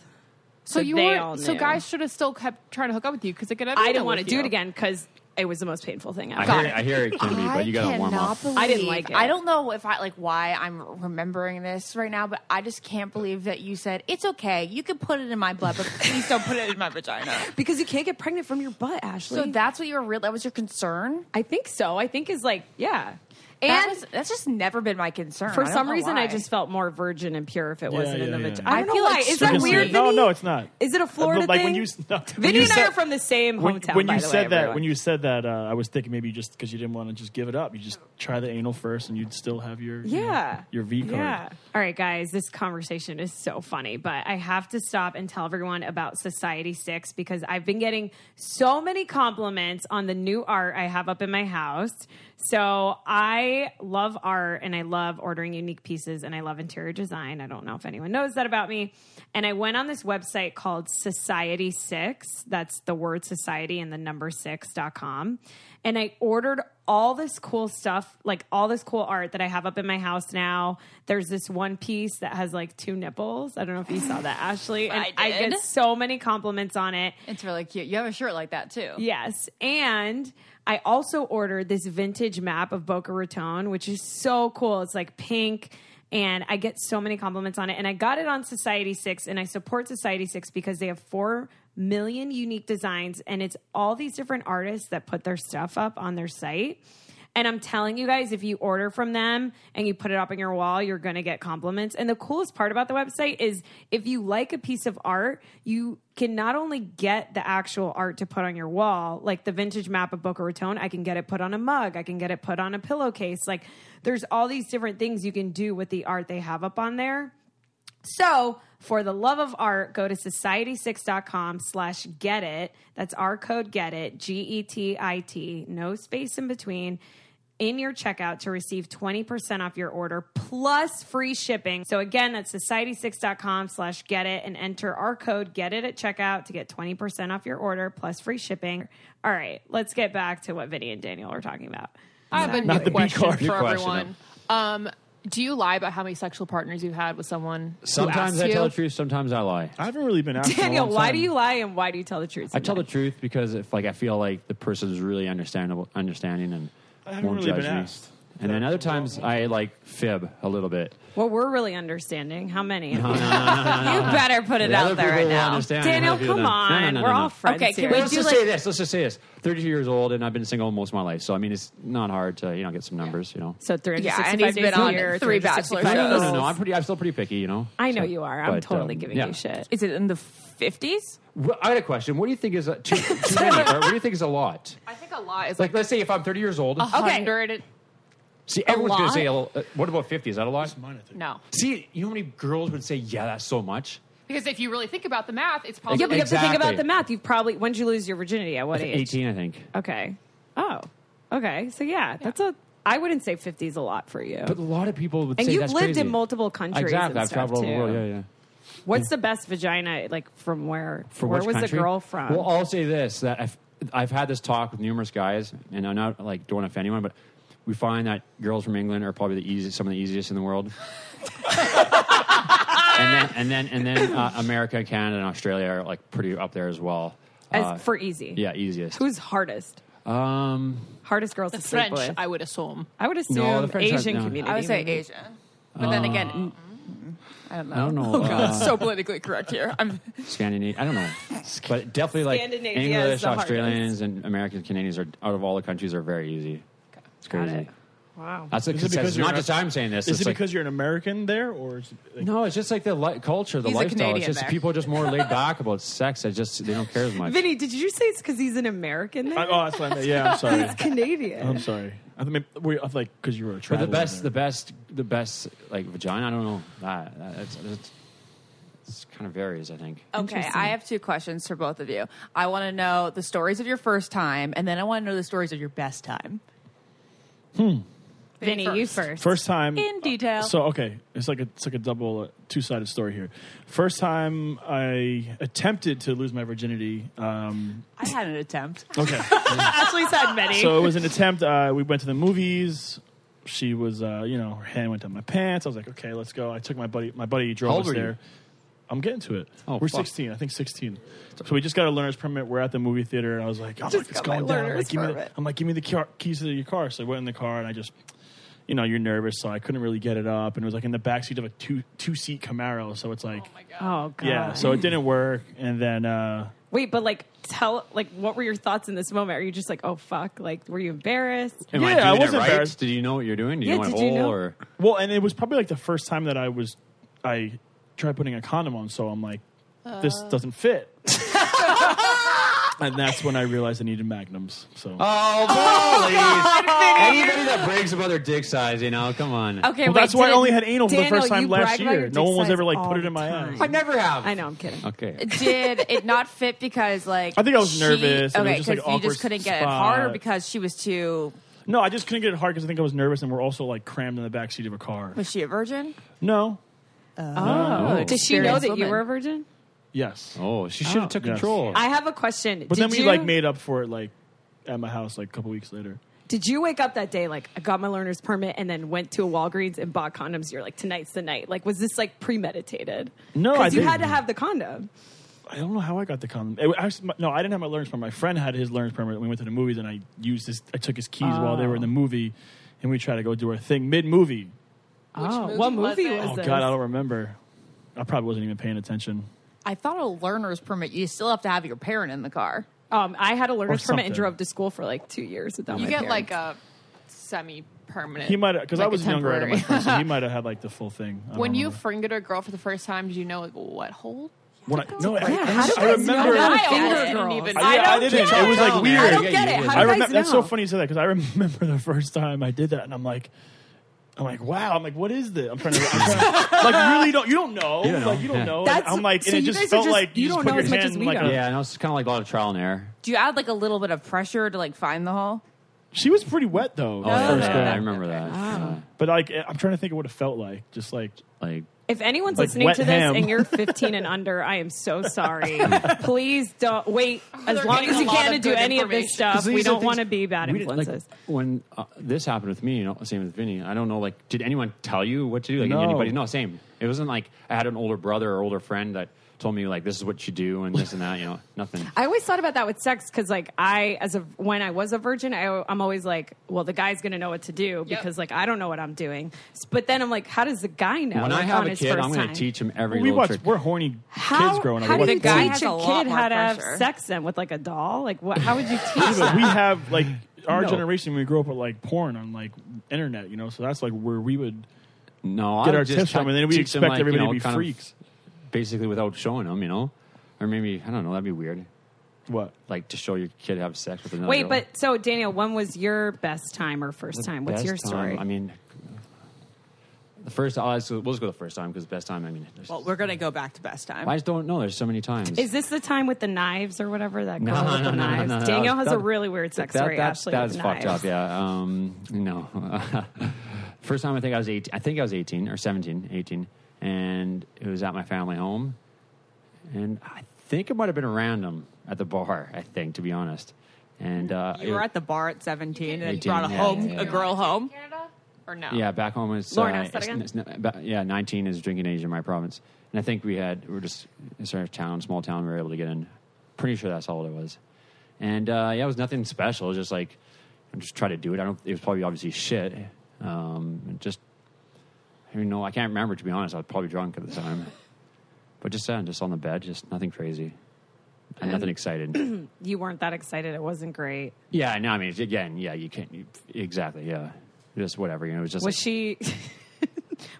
Speaker 7: So you
Speaker 6: they
Speaker 7: were,
Speaker 6: all
Speaker 7: so
Speaker 6: knew.
Speaker 7: guys should have still kept trying to hook up with you because they could have.
Speaker 6: I didn't
Speaker 7: anal
Speaker 6: want to
Speaker 7: with
Speaker 6: do
Speaker 7: you.
Speaker 6: it again because it was the most painful thing
Speaker 5: I
Speaker 6: ever.
Speaker 5: hear, I hear it can be, but you got to warm up.
Speaker 3: cannot
Speaker 6: I didn't
Speaker 3: believe-
Speaker 6: like it.
Speaker 3: I don't know if I like why I'm remembering this right now, but I just can't believe that you said it's okay. You can put it in my blood, but please don't put it in my vagina.
Speaker 6: because you can't get pregnant from your butt, Ashley.
Speaker 3: So that's what you were real. That was your concern,
Speaker 6: I think so. I think is like yeah.
Speaker 3: That
Speaker 6: And
Speaker 3: was- that's just never been my concern. I
Speaker 6: for
Speaker 3: don't
Speaker 6: some
Speaker 3: know
Speaker 6: reason,
Speaker 3: why.
Speaker 6: I just felt more virgin and pure if it wasn't
Speaker 4: yeah,
Speaker 6: in the
Speaker 4: yeah.
Speaker 6: vagina. I
Speaker 3: I
Speaker 6: don't know
Speaker 3: feel
Speaker 6: why.
Speaker 3: like
Speaker 6: Is that
Speaker 3: circumcision-
Speaker 6: weird?
Speaker 4: No,
Speaker 6: Vinny?
Speaker 4: no, it's not.
Speaker 6: Is it a Florida
Speaker 4: like when
Speaker 6: thing?
Speaker 4: you, s- no, when
Speaker 6: Vinny
Speaker 4: you
Speaker 6: and I
Speaker 4: said-
Speaker 6: are from the same
Speaker 4: when,
Speaker 6: hometown,
Speaker 4: When
Speaker 6: by
Speaker 4: you
Speaker 6: the way,
Speaker 4: said that,
Speaker 6: everyone.
Speaker 4: when you said that, uh, I was thinking maybe just because you didn't want to just give it up, you just try the anal first, and you'd still have your you know,
Speaker 6: Yeah.
Speaker 4: your V card.
Speaker 6: Yeah. All right, guys, this conversation is so funny, but I have to stop and tell everyone about Society Six because I've been getting so many compliments on the new art I have up in my house. So I love art and I love ordering unique pieces and I love interior design. I don't know if anyone knows that about me. And I went on this website called Society Six. That's the word society and the number six.com. And I ordered all this cool stuff, like all this cool art that I have up in my house now. There's this one piece that has like two nipples. I don't know if you saw that, Ashley. And
Speaker 2: I
Speaker 6: I
Speaker 2: did.
Speaker 6: get so many compliments on it.
Speaker 2: It's really cute. You have a shirt like that too.
Speaker 6: Yes. And I also ordered this vintage map of Boca Raton, which is so cool. It's like pink. And I get so many compliments on it. And I got it on Society Six, and I support Society Six because they have four million unique designs, and it's all these different artists that put their stuff up on their site. And I'm telling you guys, if you order from them and you put it up on your wall, you're going to get compliments. And the coolest part about the website is if you like a piece of art, you can not only get the actual art to put on your wall, like the vintage map of Boca Raton, I can get it put on a mug, I can get it put on a pillowcase. Like there's all these different things you can do with the art they have up on there. So for the love of art, go to society6.com slash get it. That's our code get it, G E T I T, no space in between, in your checkout to receive 20% off your order plus free shipping. So again, that's society6.com slash get it and enter our code get it at checkout to get 20% off your order plus free shipping. All right, let's get back to what Vinny and Daniel were talking about.
Speaker 7: I have a
Speaker 4: Not
Speaker 7: new
Speaker 4: the B
Speaker 7: question
Speaker 4: card.
Speaker 7: for
Speaker 5: Your question,
Speaker 7: everyone. Um, do you lie about how many sexual partners you've had with someone? who
Speaker 5: Sometimes
Speaker 7: asks
Speaker 5: I tell
Speaker 7: you?
Speaker 5: the truth. Sometimes I lie.
Speaker 4: I haven't really been asked. in a
Speaker 6: Daniel,
Speaker 4: long
Speaker 6: why
Speaker 4: time.
Speaker 6: do you lie and why do you tell the truth?
Speaker 5: I tell the truth because if like I feel like the person is really understandable, understanding, and
Speaker 4: I haven't
Speaker 5: won't
Speaker 4: really
Speaker 5: judge
Speaker 4: been
Speaker 5: me.
Speaker 4: asked.
Speaker 5: And then other times I like fib a little bit.
Speaker 6: Well, we're really understanding. How many? you better put it
Speaker 5: The
Speaker 6: out
Speaker 5: other
Speaker 6: there
Speaker 5: people
Speaker 6: right
Speaker 5: will
Speaker 6: now.
Speaker 5: understand
Speaker 6: Daniel,
Speaker 5: if I do
Speaker 6: come
Speaker 5: that. No, no,
Speaker 6: on.
Speaker 5: no, no,
Speaker 6: we're
Speaker 5: no.
Speaker 6: all friends.
Speaker 2: Okay, can
Speaker 6: here.
Speaker 2: we
Speaker 5: let's
Speaker 2: do
Speaker 5: just
Speaker 2: like-
Speaker 5: say this. Let's just say this. Thirty-two years old, and I've been single most of my life, so I mean it's not hard to you know get some numbers. You know,
Speaker 6: So
Speaker 2: Yeah,
Speaker 6: 365
Speaker 2: and he's
Speaker 6: days
Speaker 2: been
Speaker 6: a
Speaker 2: on
Speaker 6: year,
Speaker 2: three
Speaker 6: 365
Speaker 2: Bachelor
Speaker 5: no, no, no,
Speaker 2: shows.
Speaker 5: no. I'm pretty. I'm still pretty picky. You know.
Speaker 6: I know
Speaker 5: So,
Speaker 6: you are. I'm
Speaker 5: but,
Speaker 6: totally
Speaker 5: um,
Speaker 6: giving
Speaker 5: yeah.
Speaker 6: you shit.
Speaker 2: Is it in the 50s?
Speaker 5: Well, I got a question. What do you think is a, too, too many, or what do you think is a lot?
Speaker 7: I think a lot is
Speaker 5: Like,
Speaker 7: like
Speaker 5: let's say if I'm 30 years old.
Speaker 6: Uh-huh.
Speaker 7: a hundred.
Speaker 5: see, everyone's going
Speaker 7: lot?
Speaker 5: to say, a l- uh, what about 50? Is that a lot?
Speaker 4: Mine, I think.
Speaker 7: No,
Speaker 5: See, you know how many girls would say, yeah, that's so much?
Speaker 7: because if you really think about the math, it's probably
Speaker 6: yeah, but you have to think
Speaker 5: Exactly.
Speaker 6: about the math. You've probably when did you lose your virginity? At what age?
Speaker 5: 18, I think.
Speaker 6: Okay. Oh. Okay. So yeah, that's a. I wouldn't say 50 is a lot for you.
Speaker 5: But a lot of people would
Speaker 6: And
Speaker 5: say
Speaker 6: you've
Speaker 5: that's
Speaker 6: lived
Speaker 5: crazy.
Speaker 6: in multiple countries
Speaker 5: Exactly.
Speaker 6: and
Speaker 5: I've
Speaker 6: stuff,
Speaker 5: traveled all over the world.
Speaker 6: too.
Speaker 5: Yeah, yeah.
Speaker 6: What's the best vagina? Like from where?
Speaker 5: From
Speaker 6: where
Speaker 5: which
Speaker 6: was
Speaker 5: country?
Speaker 6: the girl from?
Speaker 5: Well, uh, I'll say this that I've, I've had this talk with numerous guys, and I'm not like don't want to offend anyone, but we find that girls from England are probably the easiest, some of the easiest in the world. and then, and then, and then uh, America, Canada, and Australia are like pretty up there as well.
Speaker 6: As
Speaker 5: Uh,
Speaker 6: for easy.
Speaker 5: yeah, easiest.
Speaker 6: Who's hardest?
Speaker 5: um,
Speaker 6: Hardest girls to sleep
Speaker 7: French.
Speaker 6: with.
Speaker 7: I would assume.
Speaker 6: I would assume
Speaker 5: No, the French has-
Speaker 6: Asian
Speaker 5: no.
Speaker 6: community.
Speaker 3: I would say
Speaker 6: maybe.
Speaker 3: Asia. But then again, mm, I don't know.
Speaker 5: I don't know.
Speaker 6: Oh,
Speaker 5: uh,
Speaker 3: so politically correct here. I'm
Speaker 5: Scandinavian. I don't know, but definitely like
Speaker 6: Scandinavia is
Speaker 5: English,
Speaker 6: the
Speaker 5: Australians, and American Canadians are out of all the countries are very easy. It's crazy.
Speaker 6: it. Uh, Wow.
Speaker 5: That's a
Speaker 4: Is it because
Speaker 5: consensus.
Speaker 4: you're
Speaker 5: Not
Speaker 4: an-
Speaker 5: just I'm saying this.
Speaker 4: Is
Speaker 5: it's
Speaker 4: it
Speaker 5: like-
Speaker 4: because you're an American there, or is it, like,
Speaker 5: no? It's just like the li- culture, the
Speaker 3: He's a
Speaker 5: lifestyle. It's
Speaker 3: Canadian
Speaker 5: just
Speaker 3: there.
Speaker 5: people are just more laid back about sex. They just they don't care as much.
Speaker 6: Vinny, did you say it's because he's an American? Then?
Speaker 4: I, oh, that's what I meant. Yeah, I'm sorry.
Speaker 6: he's Canadian.
Speaker 4: I'm sorry. Eh. I mean, we, I like because you were a
Speaker 5: But the
Speaker 4: traveler.
Speaker 5: best, the
Speaker 4: there.
Speaker 5: best, the best like vagina. I don't know that. That's, that's, it's kind of varies. I think.
Speaker 3: okay. I have two questions for both of you. I want to know the stories of your first time, and then I want to know the stories of your best time
Speaker 6: Vinny, you first.
Speaker 4: First time
Speaker 3: in detail.
Speaker 4: So okay, it's like a, it's like a double uh, two sided story here. First time I attempted to lose my virginity. Um,
Speaker 3: I had an attempt.
Speaker 4: okay,
Speaker 6: Ashley's had many.
Speaker 4: so it was an attempt. Uh, we went to the movies. She was, uh, you know, her hand went down my pants. I was like, okay, let's go. I took my buddy. My buddy drove
Speaker 5: How old
Speaker 4: us
Speaker 5: were you?
Speaker 4: there. I'm getting to it.
Speaker 5: Oh,
Speaker 4: we're
Speaker 5: fuck.
Speaker 4: 16. I think 16. So we just got a learner's permit. We're at the movie theater, and I was like, I'm like, it's
Speaker 3: got my
Speaker 4: going down. I'm
Speaker 3: learner's
Speaker 4: like, give me the,
Speaker 3: permit.
Speaker 4: I'm like, give me the car, keys to your car. So I went in the car, and I just, you know, you're nervous, so I couldn't really get it up, and it was like in the backseat of a two two seat Camaro. So it's like,
Speaker 6: oh god.
Speaker 4: yeah. So it didn't work, and then. uh
Speaker 6: wait, but like, tell like, what were your thoughts in this moment? Are you just like, oh fuck? Like, were you embarrassed?
Speaker 5: Am
Speaker 4: Yeah, I
Speaker 5: doing it
Speaker 4: wasn't
Speaker 5: right?
Speaker 4: embarrassed.
Speaker 5: Did you know what you're doing? Did
Speaker 6: Yeah,
Speaker 5: you know what
Speaker 6: did you
Speaker 5: hole
Speaker 6: know?
Speaker 5: or?
Speaker 4: Well, and it was probably like the first time that I was, I tried putting a condom on, so I'm like, this
Speaker 6: Uh.
Speaker 4: doesn't fit. and that's when I realized I needed magnums. So
Speaker 5: Oh, please. Anybody that brags about their dick size, you know, come on.
Speaker 6: Okay,
Speaker 4: well,
Speaker 6: wait,
Speaker 4: that's why I
Speaker 6: did-
Speaker 4: only had anal for the
Speaker 6: Daniel,
Speaker 4: first time
Speaker 6: you
Speaker 4: last
Speaker 6: brag about your
Speaker 4: year.
Speaker 6: dick
Speaker 4: No one was
Speaker 6: size
Speaker 4: ever like
Speaker 6: all
Speaker 4: put it
Speaker 6: the
Speaker 4: in my
Speaker 6: time.
Speaker 4: ass.
Speaker 5: I never have.
Speaker 6: I know. I'm kidding.
Speaker 5: Okay.
Speaker 3: Did it not fit because like
Speaker 4: I think I was
Speaker 3: she-
Speaker 4: nervous, and it
Speaker 3: Okay,
Speaker 4: was just, like,
Speaker 3: you
Speaker 4: awkward
Speaker 3: just couldn't get it
Speaker 4: spot.
Speaker 3: hard, or because she was too.
Speaker 4: No, I just couldn't get it hard because I think I was nervous, and we're also like crammed in the back seat of a car.
Speaker 3: Was she a virgin?
Speaker 4: No.
Speaker 5: Oh,
Speaker 6: Did she know
Speaker 3: Experienced
Speaker 6: that you
Speaker 3: woman.
Speaker 6: were a virgin?
Speaker 4: Yes.
Speaker 5: oh she should have took
Speaker 4: Yes.
Speaker 5: control.
Speaker 6: I have a question.
Speaker 4: But then
Speaker 6: Did
Speaker 4: we
Speaker 6: you-
Speaker 4: like made up for it like at my house like a couple weeks later.
Speaker 6: Did you wake up that day like I got my learner's permit and then went to a Walgreens and bought condoms? You're like tonight's the night. Like was this like premeditated?
Speaker 4: No, I
Speaker 6: 'Cause you
Speaker 4: didn't.
Speaker 6: had to have the condom.
Speaker 4: I don't know how I got the condom. It, was actually, my- no, I didn't have my learner's permit. My friend had his learner's permit. We went to the movies, and I used his. I took his keys while they were in the movie, and we tried to go do our thing mid movie.
Speaker 6: oh,
Speaker 7: movie
Speaker 6: what
Speaker 7: was
Speaker 6: movie
Speaker 7: it?
Speaker 6: was,
Speaker 4: Oh
Speaker 6: this?
Speaker 4: God, I don't remember. I probably wasn't even paying attention.
Speaker 7: I thought a learner's permit. You still have to have your parent in the car.
Speaker 6: um, I had a learner's permit
Speaker 4: something.
Speaker 6: and drove to school for like two years without
Speaker 7: You
Speaker 6: Oh, my
Speaker 7: get
Speaker 6: parents.
Speaker 7: like a semi-permanent.
Speaker 4: He might because I
Speaker 7: like a
Speaker 4: was younger at my
Speaker 7: temporary.
Speaker 4: friend, so he might have had like the full thing. I don't
Speaker 7: when you
Speaker 4: remember.
Speaker 7: fingered a girl for the first time, did you know like what hole?
Speaker 4: when I, no, I,
Speaker 6: Yeah, how do
Speaker 4: I
Speaker 6: you guys know
Speaker 4: remember.
Speaker 6: that?
Speaker 7: I
Speaker 6: finger
Speaker 7: didn't
Speaker 6: girl.
Speaker 7: even.
Speaker 4: I, yeah, I,
Speaker 7: don't
Speaker 4: didn't. It was
Speaker 5: I
Speaker 4: like
Speaker 5: don't
Speaker 4: weird.
Speaker 5: get
Speaker 6: I
Speaker 5: it.
Speaker 6: don't get it. How do
Speaker 4: I
Speaker 6: you guys
Speaker 4: remember. That's so
Speaker 6: know?
Speaker 4: funny you said that because I remember the first time I did that, and I'm like, I'm like, wow. I'm like, what is this? I'm trying to, I'm trying to- like, you really don't. You don't know.
Speaker 5: don't know.
Speaker 4: like, you don't
Speaker 5: Yeah.
Speaker 4: know.
Speaker 6: That's-
Speaker 4: I'm like,
Speaker 6: so
Speaker 4: and it
Speaker 6: you
Speaker 4: just
Speaker 6: guys are
Speaker 4: felt
Speaker 6: just-
Speaker 4: like
Speaker 6: you don't
Speaker 4: just
Speaker 6: know
Speaker 4: put your
Speaker 6: as much as
Speaker 4: hand in,
Speaker 6: we
Speaker 4: like
Speaker 6: know.
Speaker 4: a-
Speaker 5: Yeah, I know it's kind of like a lot of trial and error.
Speaker 3: Do you add like a little bit of pressure to like find the hole?
Speaker 4: She was pretty wet though.
Speaker 5: Oh, yeah,
Speaker 4: first
Speaker 5: yeah,
Speaker 4: go.
Speaker 5: I remember that.
Speaker 6: Oh.
Speaker 5: Yeah.
Speaker 4: But like, I'm trying to think of what it felt like. Just like,
Speaker 5: Like
Speaker 6: If anyone's
Speaker 4: Like
Speaker 6: listening
Speaker 4: wet
Speaker 6: to this
Speaker 4: ham.
Speaker 6: and you're 15 and under, I am so sorry. Please don't wait as
Speaker 7: They're
Speaker 6: long
Speaker 7: getting
Speaker 6: as you
Speaker 7: a lot
Speaker 6: can to
Speaker 7: of
Speaker 6: do
Speaker 7: good
Speaker 6: any of this
Speaker 7: information.
Speaker 6: stuff.
Speaker 5: 'Cause
Speaker 6: We
Speaker 5: these are
Speaker 6: don't
Speaker 5: things-
Speaker 6: want to be bad
Speaker 5: we didn't- like,
Speaker 6: influences.
Speaker 5: when uh, this happened with me, you know, same with Vinny. I don't know. Like, did anyone tell you what to do? Like,
Speaker 4: No.
Speaker 5: anybody? No, same. It wasn't like I had an older brother or older friend that told me like this is what you do and this and that. You know, nothing.
Speaker 6: I always thought about that with sex because, like, I as a when I was a virgin, I, I'm always like, well, the guy's gonna know what to do
Speaker 7: Yep.
Speaker 6: because, like, I don't know what I'm doing. S- But then I'm like, how does the guy know?
Speaker 5: when
Speaker 6: like,
Speaker 5: I have
Speaker 6: on
Speaker 5: a
Speaker 6: his
Speaker 5: kid,
Speaker 6: first
Speaker 5: I'm going to
Speaker 6: time?
Speaker 5: teach him every
Speaker 4: we
Speaker 5: little
Speaker 4: watch.
Speaker 5: trick.
Speaker 4: We're horny
Speaker 6: How,
Speaker 4: kids growing up.
Speaker 6: how
Speaker 4: We
Speaker 6: do you
Speaker 4: watch-
Speaker 3: The guy
Speaker 6: teach
Speaker 3: has
Speaker 6: a
Speaker 3: a lot
Speaker 6: kid
Speaker 3: more
Speaker 6: how to have
Speaker 3: pressure.
Speaker 6: sex then with like a doll? Like, what? How would you teach?
Speaker 4: Yeah, but we have like our
Speaker 5: No.
Speaker 4: generation. We grew up with like porn on like internet, you know. So that's like where we would
Speaker 5: no,
Speaker 4: get our
Speaker 5: I would just
Speaker 4: tips from,
Speaker 5: try-
Speaker 4: and then we
Speaker 5: teach them,
Speaker 4: expect
Speaker 5: like, you
Speaker 4: everybody
Speaker 5: know,
Speaker 4: to be
Speaker 5: kind of
Speaker 4: freaks.
Speaker 5: basically without showing them. You know, or maybe I don't know. That'd be weird.
Speaker 4: What?
Speaker 5: Like to show your kid how to have sex with another.
Speaker 6: Wait,
Speaker 5: girl.
Speaker 6: but so Daniel, when was your best time or first time? What's
Speaker 5: Best
Speaker 6: your story?
Speaker 5: time, I mean, the first. I'll just, we'll just go the first time because best time. I mean, there's-
Speaker 3: Well, we're gonna go back to best time.
Speaker 5: I just don't know. There's so many times.
Speaker 6: Is this the time with the knives or whatever? That girl
Speaker 5: No,
Speaker 6: with
Speaker 5: no,
Speaker 6: the
Speaker 5: no, no,
Speaker 6: knives.
Speaker 5: no, no,
Speaker 6: Daniel
Speaker 5: that
Speaker 6: has
Speaker 5: was-
Speaker 6: a really weird sex story.
Speaker 5: that's
Speaker 6: Ashley,
Speaker 5: that's
Speaker 6: with
Speaker 5: fucked
Speaker 6: knives.
Speaker 5: up. Yeah. Um, no. First time I think I was 18. I think I was 18 or 17, 18, and it was at my family home, and I think it might have been a random at the bar. I think, to be honest, and uh,
Speaker 3: you were
Speaker 5: it-
Speaker 3: at the bar at 17 and
Speaker 5: 18,
Speaker 3: brought a
Speaker 5: yeah,
Speaker 3: home
Speaker 5: yeah,
Speaker 3: a
Speaker 5: yeah.
Speaker 3: girl home.
Speaker 7: Canada or no?
Speaker 5: Yeah, back home is uh,
Speaker 6: Lauren, ask that
Speaker 5: it's-
Speaker 6: again.
Speaker 5: it's n- ba- yeah, nineteen is drinking age in my province, and I think we had we were just it's our town, small town. We were able to get in. Pretty sure that's all it was, and uh, yeah, it was nothing special. It was just like I just tried to do it. I don't. It was probably obviously shit. Um, it just I don't know. I can't remember to be honest. I was probably drunk at the time, but just uh, just on the bed, just nothing crazy, and nothing excited.
Speaker 6: You weren't that excited. It wasn't great.
Speaker 5: yeah, no, I mean again, yeah, you can't you, exactly, yeah, just whatever. You know, it was just
Speaker 6: Was
Speaker 5: like-
Speaker 6: she?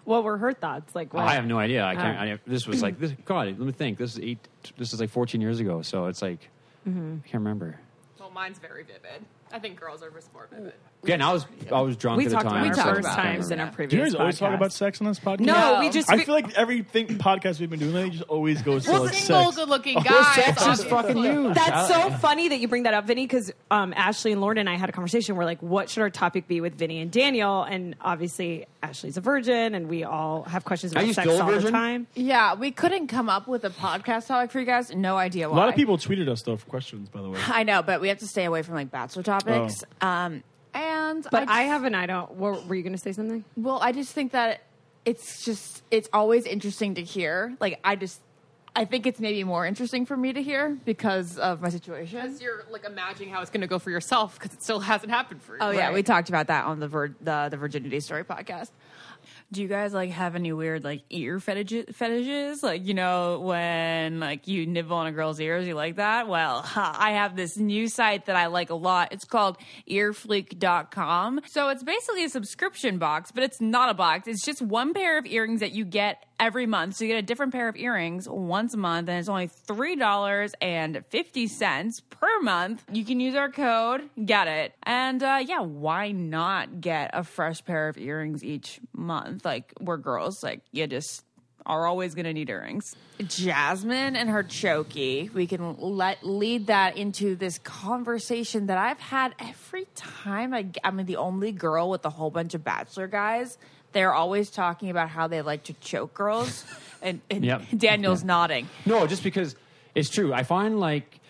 Speaker 6: what were her thoughts? Like, what?
Speaker 5: I have no idea. I can't. I, this was like this. God, let me think. This is eight. This is like 14 years ago. So it's like
Speaker 6: Mm-hmm.
Speaker 5: I can't remember.
Speaker 7: Well, mine's very vivid. I think girls are just more vivid.
Speaker 5: Again, I was I was drunk
Speaker 6: we
Speaker 5: at
Speaker 6: talked
Speaker 5: the
Speaker 6: about our
Speaker 5: time. so I
Speaker 3: talked
Speaker 6: first
Speaker 5: can't
Speaker 3: about it.
Speaker 6: times in
Speaker 5: remember.
Speaker 6: our previous.
Speaker 4: Do you guys always talk
Speaker 6: podcast.
Speaker 4: about sex on this podcast?
Speaker 6: No,
Speaker 7: No.
Speaker 6: we just.
Speaker 4: I feel like every think, podcast we've been doing lately just always goes to
Speaker 7: Well,
Speaker 4: like
Speaker 7: single,
Speaker 4: sex.
Speaker 7: good-looking
Speaker 5: Oh,
Speaker 7: guys.
Speaker 5: sex is
Speaker 7: obviously.
Speaker 5: fucking huge.
Speaker 6: That's so funny that you bring that up, Vinny, because um, Ashley and Lauren and I had a conversation. We're like, what should our topic be with Vinny and Daniel? And obviously, Ashley's a virgin, and we all have questions
Speaker 5: Are
Speaker 6: about
Speaker 5: you
Speaker 6: sex
Speaker 5: still a
Speaker 6: all the
Speaker 5: virgin?
Speaker 6: time.
Speaker 7: Yeah, we couldn't come up with a podcast topic for you guys. No idea
Speaker 4: A
Speaker 7: why.
Speaker 4: lot of people tweeted us though for questions, by the way.
Speaker 3: I know, but we have to stay away from like bachelor topics. Um, and
Speaker 6: But I,
Speaker 7: I
Speaker 6: have an I don't. What, were you going to say something?
Speaker 7: Well, I just think that it's just it's always interesting to hear. Like I just I think it's maybe more interesting for me to hear because of my situation. You're like imagining how it's going to go for yourself because it still hasn't happened for you.
Speaker 3: oh yeah, we talked about that on the vir- the, the virginity story podcast. Do you guys like have any weird like ear fetish- fetishes? Like you know when like you nibble on a girl's ears, you like that? Well, ha, I have this new site that I like a lot. It's called earfleek.com. So it's basically a subscription box, but it's not a box. It's just one pair of earrings that you get every month. So you get a different pair of earrings once a month and it's only $3.50 per month. You can use our code, get it. And uh, yeah, why not get a fresh pair of earrings each month? Like, we're girls. Like, you just are always going to need earrings. Jasmine and her chokey, we can let lead that into this conversation that I've had every time I, am the only girl with a whole bunch of bachelor guys. They're always talking about how they like to choke girls. And, and
Speaker 5: Yep.
Speaker 3: Daniel's nodding.
Speaker 5: No, just because it's true. I find like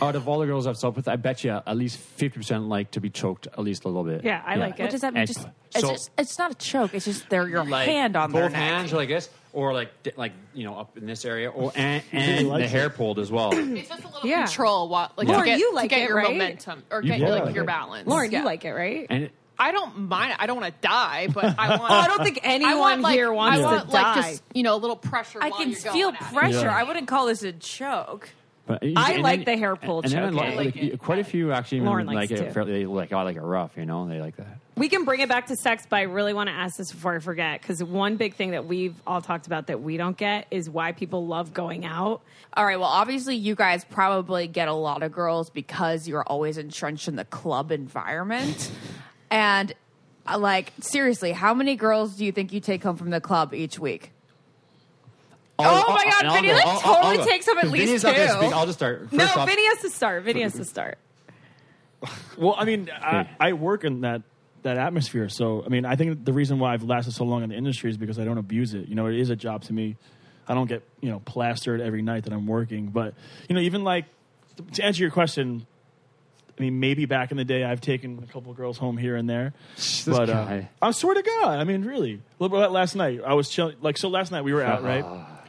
Speaker 5: Out of all the girls I've slept with, I bet you at least fifty percent like to be choked at least a little bit.
Speaker 6: Yeah, I like it.
Speaker 3: What does that mean?
Speaker 5: And
Speaker 3: Just, it's,
Speaker 5: so-
Speaker 3: just, it's not a choke. It's just they're your
Speaker 5: Like,
Speaker 3: hand on
Speaker 5: both
Speaker 3: their neck.
Speaker 5: hands like this, or like di- like you know up in this area, or and, and
Speaker 4: likes
Speaker 5: the
Speaker 4: it.
Speaker 5: hair pulled as well.
Speaker 7: It's just a little
Speaker 6: Yeah.
Speaker 7: control what like
Speaker 5: Yeah.
Speaker 7: to
Speaker 5: Lauren,
Speaker 7: get,
Speaker 6: you
Speaker 7: to
Speaker 6: like
Speaker 7: get
Speaker 6: it,
Speaker 7: your
Speaker 6: right?
Speaker 7: momentum or
Speaker 5: You
Speaker 7: get
Speaker 5: both
Speaker 7: like
Speaker 5: like
Speaker 7: your
Speaker 5: it.
Speaker 7: balance.
Speaker 6: Lauren,
Speaker 7: Yeah.
Speaker 6: you like it, right?
Speaker 5: and it,
Speaker 7: I don't mind. I don't want to die, but I want.
Speaker 6: I don't think anyone here wants
Speaker 7: I
Speaker 6: to
Speaker 7: want, like,
Speaker 6: die.
Speaker 7: Just you know, a little pressure.
Speaker 3: I
Speaker 7: while
Speaker 3: can
Speaker 7: you're going
Speaker 3: feel
Speaker 7: at it.
Speaker 3: pressure.
Speaker 5: Yeah.
Speaker 3: I wouldn't call this a choke.
Speaker 5: but
Speaker 6: I
Speaker 5: and
Speaker 6: like the hair pull
Speaker 5: And then I
Speaker 6: choking.
Speaker 5: like, like,
Speaker 7: I like it.
Speaker 5: quite a few actually even
Speaker 6: Lauren
Speaker 5: like
Speaker 6: likes it
Speaker 5: it
Speaker 6: too.
Speaker 5: fairly. They like oh, I like it rough, you know. They like that.
Speaker 6: We can bring it back to sex, but I really want to ask this before I forget because one big thing that we've all talked about that we don't get is why people love going out.
Speaker 3: All right. Well, obviously, you guys probably get a lot of girls because you're always entrenched in the club environment. and, uh, like, seriously, how many girls do you think you take home from the club each week?
Speaker 6: Oh
Speaker 5: I'll-
Speaker 3: my God,
Speaker 5: and I'll
Speaker 3: Vinny,
Speaker 5: go.
Speaker 3: like,
Speaker 5: I'll- I'll-
Speaker 3: totally
Speaker 5: I'll go.
Speaker 3: takes up at
Speaker 5: 'Cause
Speaker 3: least
Speaker 5: Vinny's not gonna
Speaker 3: two.
Speaker 5: speak. I'll just start. First
Speaker 6: no,
Speaker 5: off,
Speaker 6: Vinny has to start. Vinny has to start.
Speaker 4: Well, I mean, I,
Speaker 5: Hey.
Speaker 4: I work in that that atmosphere, so I mean, I think the reason why I've lasted so long in the industry is because I don't abuse it. You know, it is a job to me. I don't get you know plastered every night that I'm working, but you know, even like to answer your question. I mean, maybe back in the day, I've taken a couple girls home here and there, but uh,
Speaker 5: guy.
Speaker 4: I swear to God, I mean, really. Look, like, Last night, I was chilling. Like, so last night we were out, right?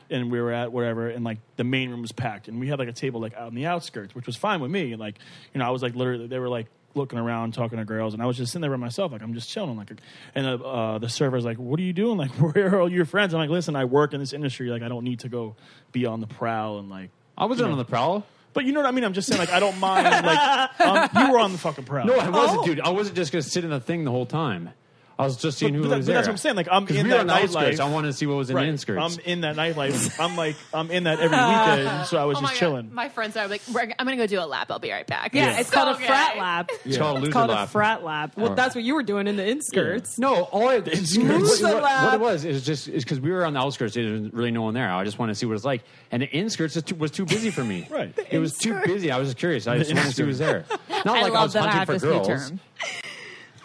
Speaker 4: And we were at wherever, and like the main room was packed, and we had like a table like out in the outskirts, which was fine with me. And like, you know, I was like literally, they were like looking around, talking to girls, and I was just sitting there by myself, like I'm just chilling. Like, and uh, uh, the server's like, "What are you doing? Like, where are all your friends?" I'm like, "Listen, I work in this industry. Like, I don't need to go be on the prowl and like."
Speaker 5: I wasn't on the prowl.
Speaker 4: But you know what I mean? I'm just saying, like, I don't mind. Like, um, you were on the fucking prowl.
Speaker 5: No, I wasn't, dude. I wasn't just gonna sit in the thing the whole time. I was just seeing
Speaker 4: But-
Speaker 5: who
Speaker 4: but that-
Speaker 5: was
Speaker 4: but
Speaker 5: there.
Speaker 4: that's what I'm saying, like, I'm
Speaker 5: 'Cause
Speaker 4: in
Speaker 5: we
Speaker 4: that
Speaker 5: were on the outskirts.
Speaker 4: nightlife. Um,
Speaker 5: I wanted to see what was in the outskirts.
Speaker 4: I'm in that nightlife. I'm like, I'm in that every weekend, so I was
Speaker 7: Oh my
Speaker 4: just
Speaker 7: God.
Speaker 4: chilling.
Speaker 7: My friends are like, We're, I'm gonna go do a lap. I'll be right back.
Speaker 6: Yeah, it's called a frat lap.
Speaker 5: It's called a
Speaker 6: It's
Speaker 5: loser
Speaker 6: called a
Speaker 5: lap.
Speaker 6: frat lap. Well,
Speaker 5: Or-
Speaker 6: that's what you were doing in the inskirts.
Speaker 5: No, all I,
Speaker 4: Loser
Speaker 5: what,
Speaker 6: lap.
Speaker 5: what it was is just because we were on the outskirts. There was really no one there. I just wanted to see what it's like, and the inskirts was too, was too busy for me.
Speaker 4: Right.
Speaker 5: it was too busy. I was just curious. I just wanted to see who was there. Not like
Speaker 7: I
Speaker 5: I
Speaker 7: love
Speaker 5: was
Speaker 7: that I
Speaker 5: hunting
Speaker 7: have
Speaker 5: for
Speaker 7: this
Speaker 5: girls.
Speaker 7: new term.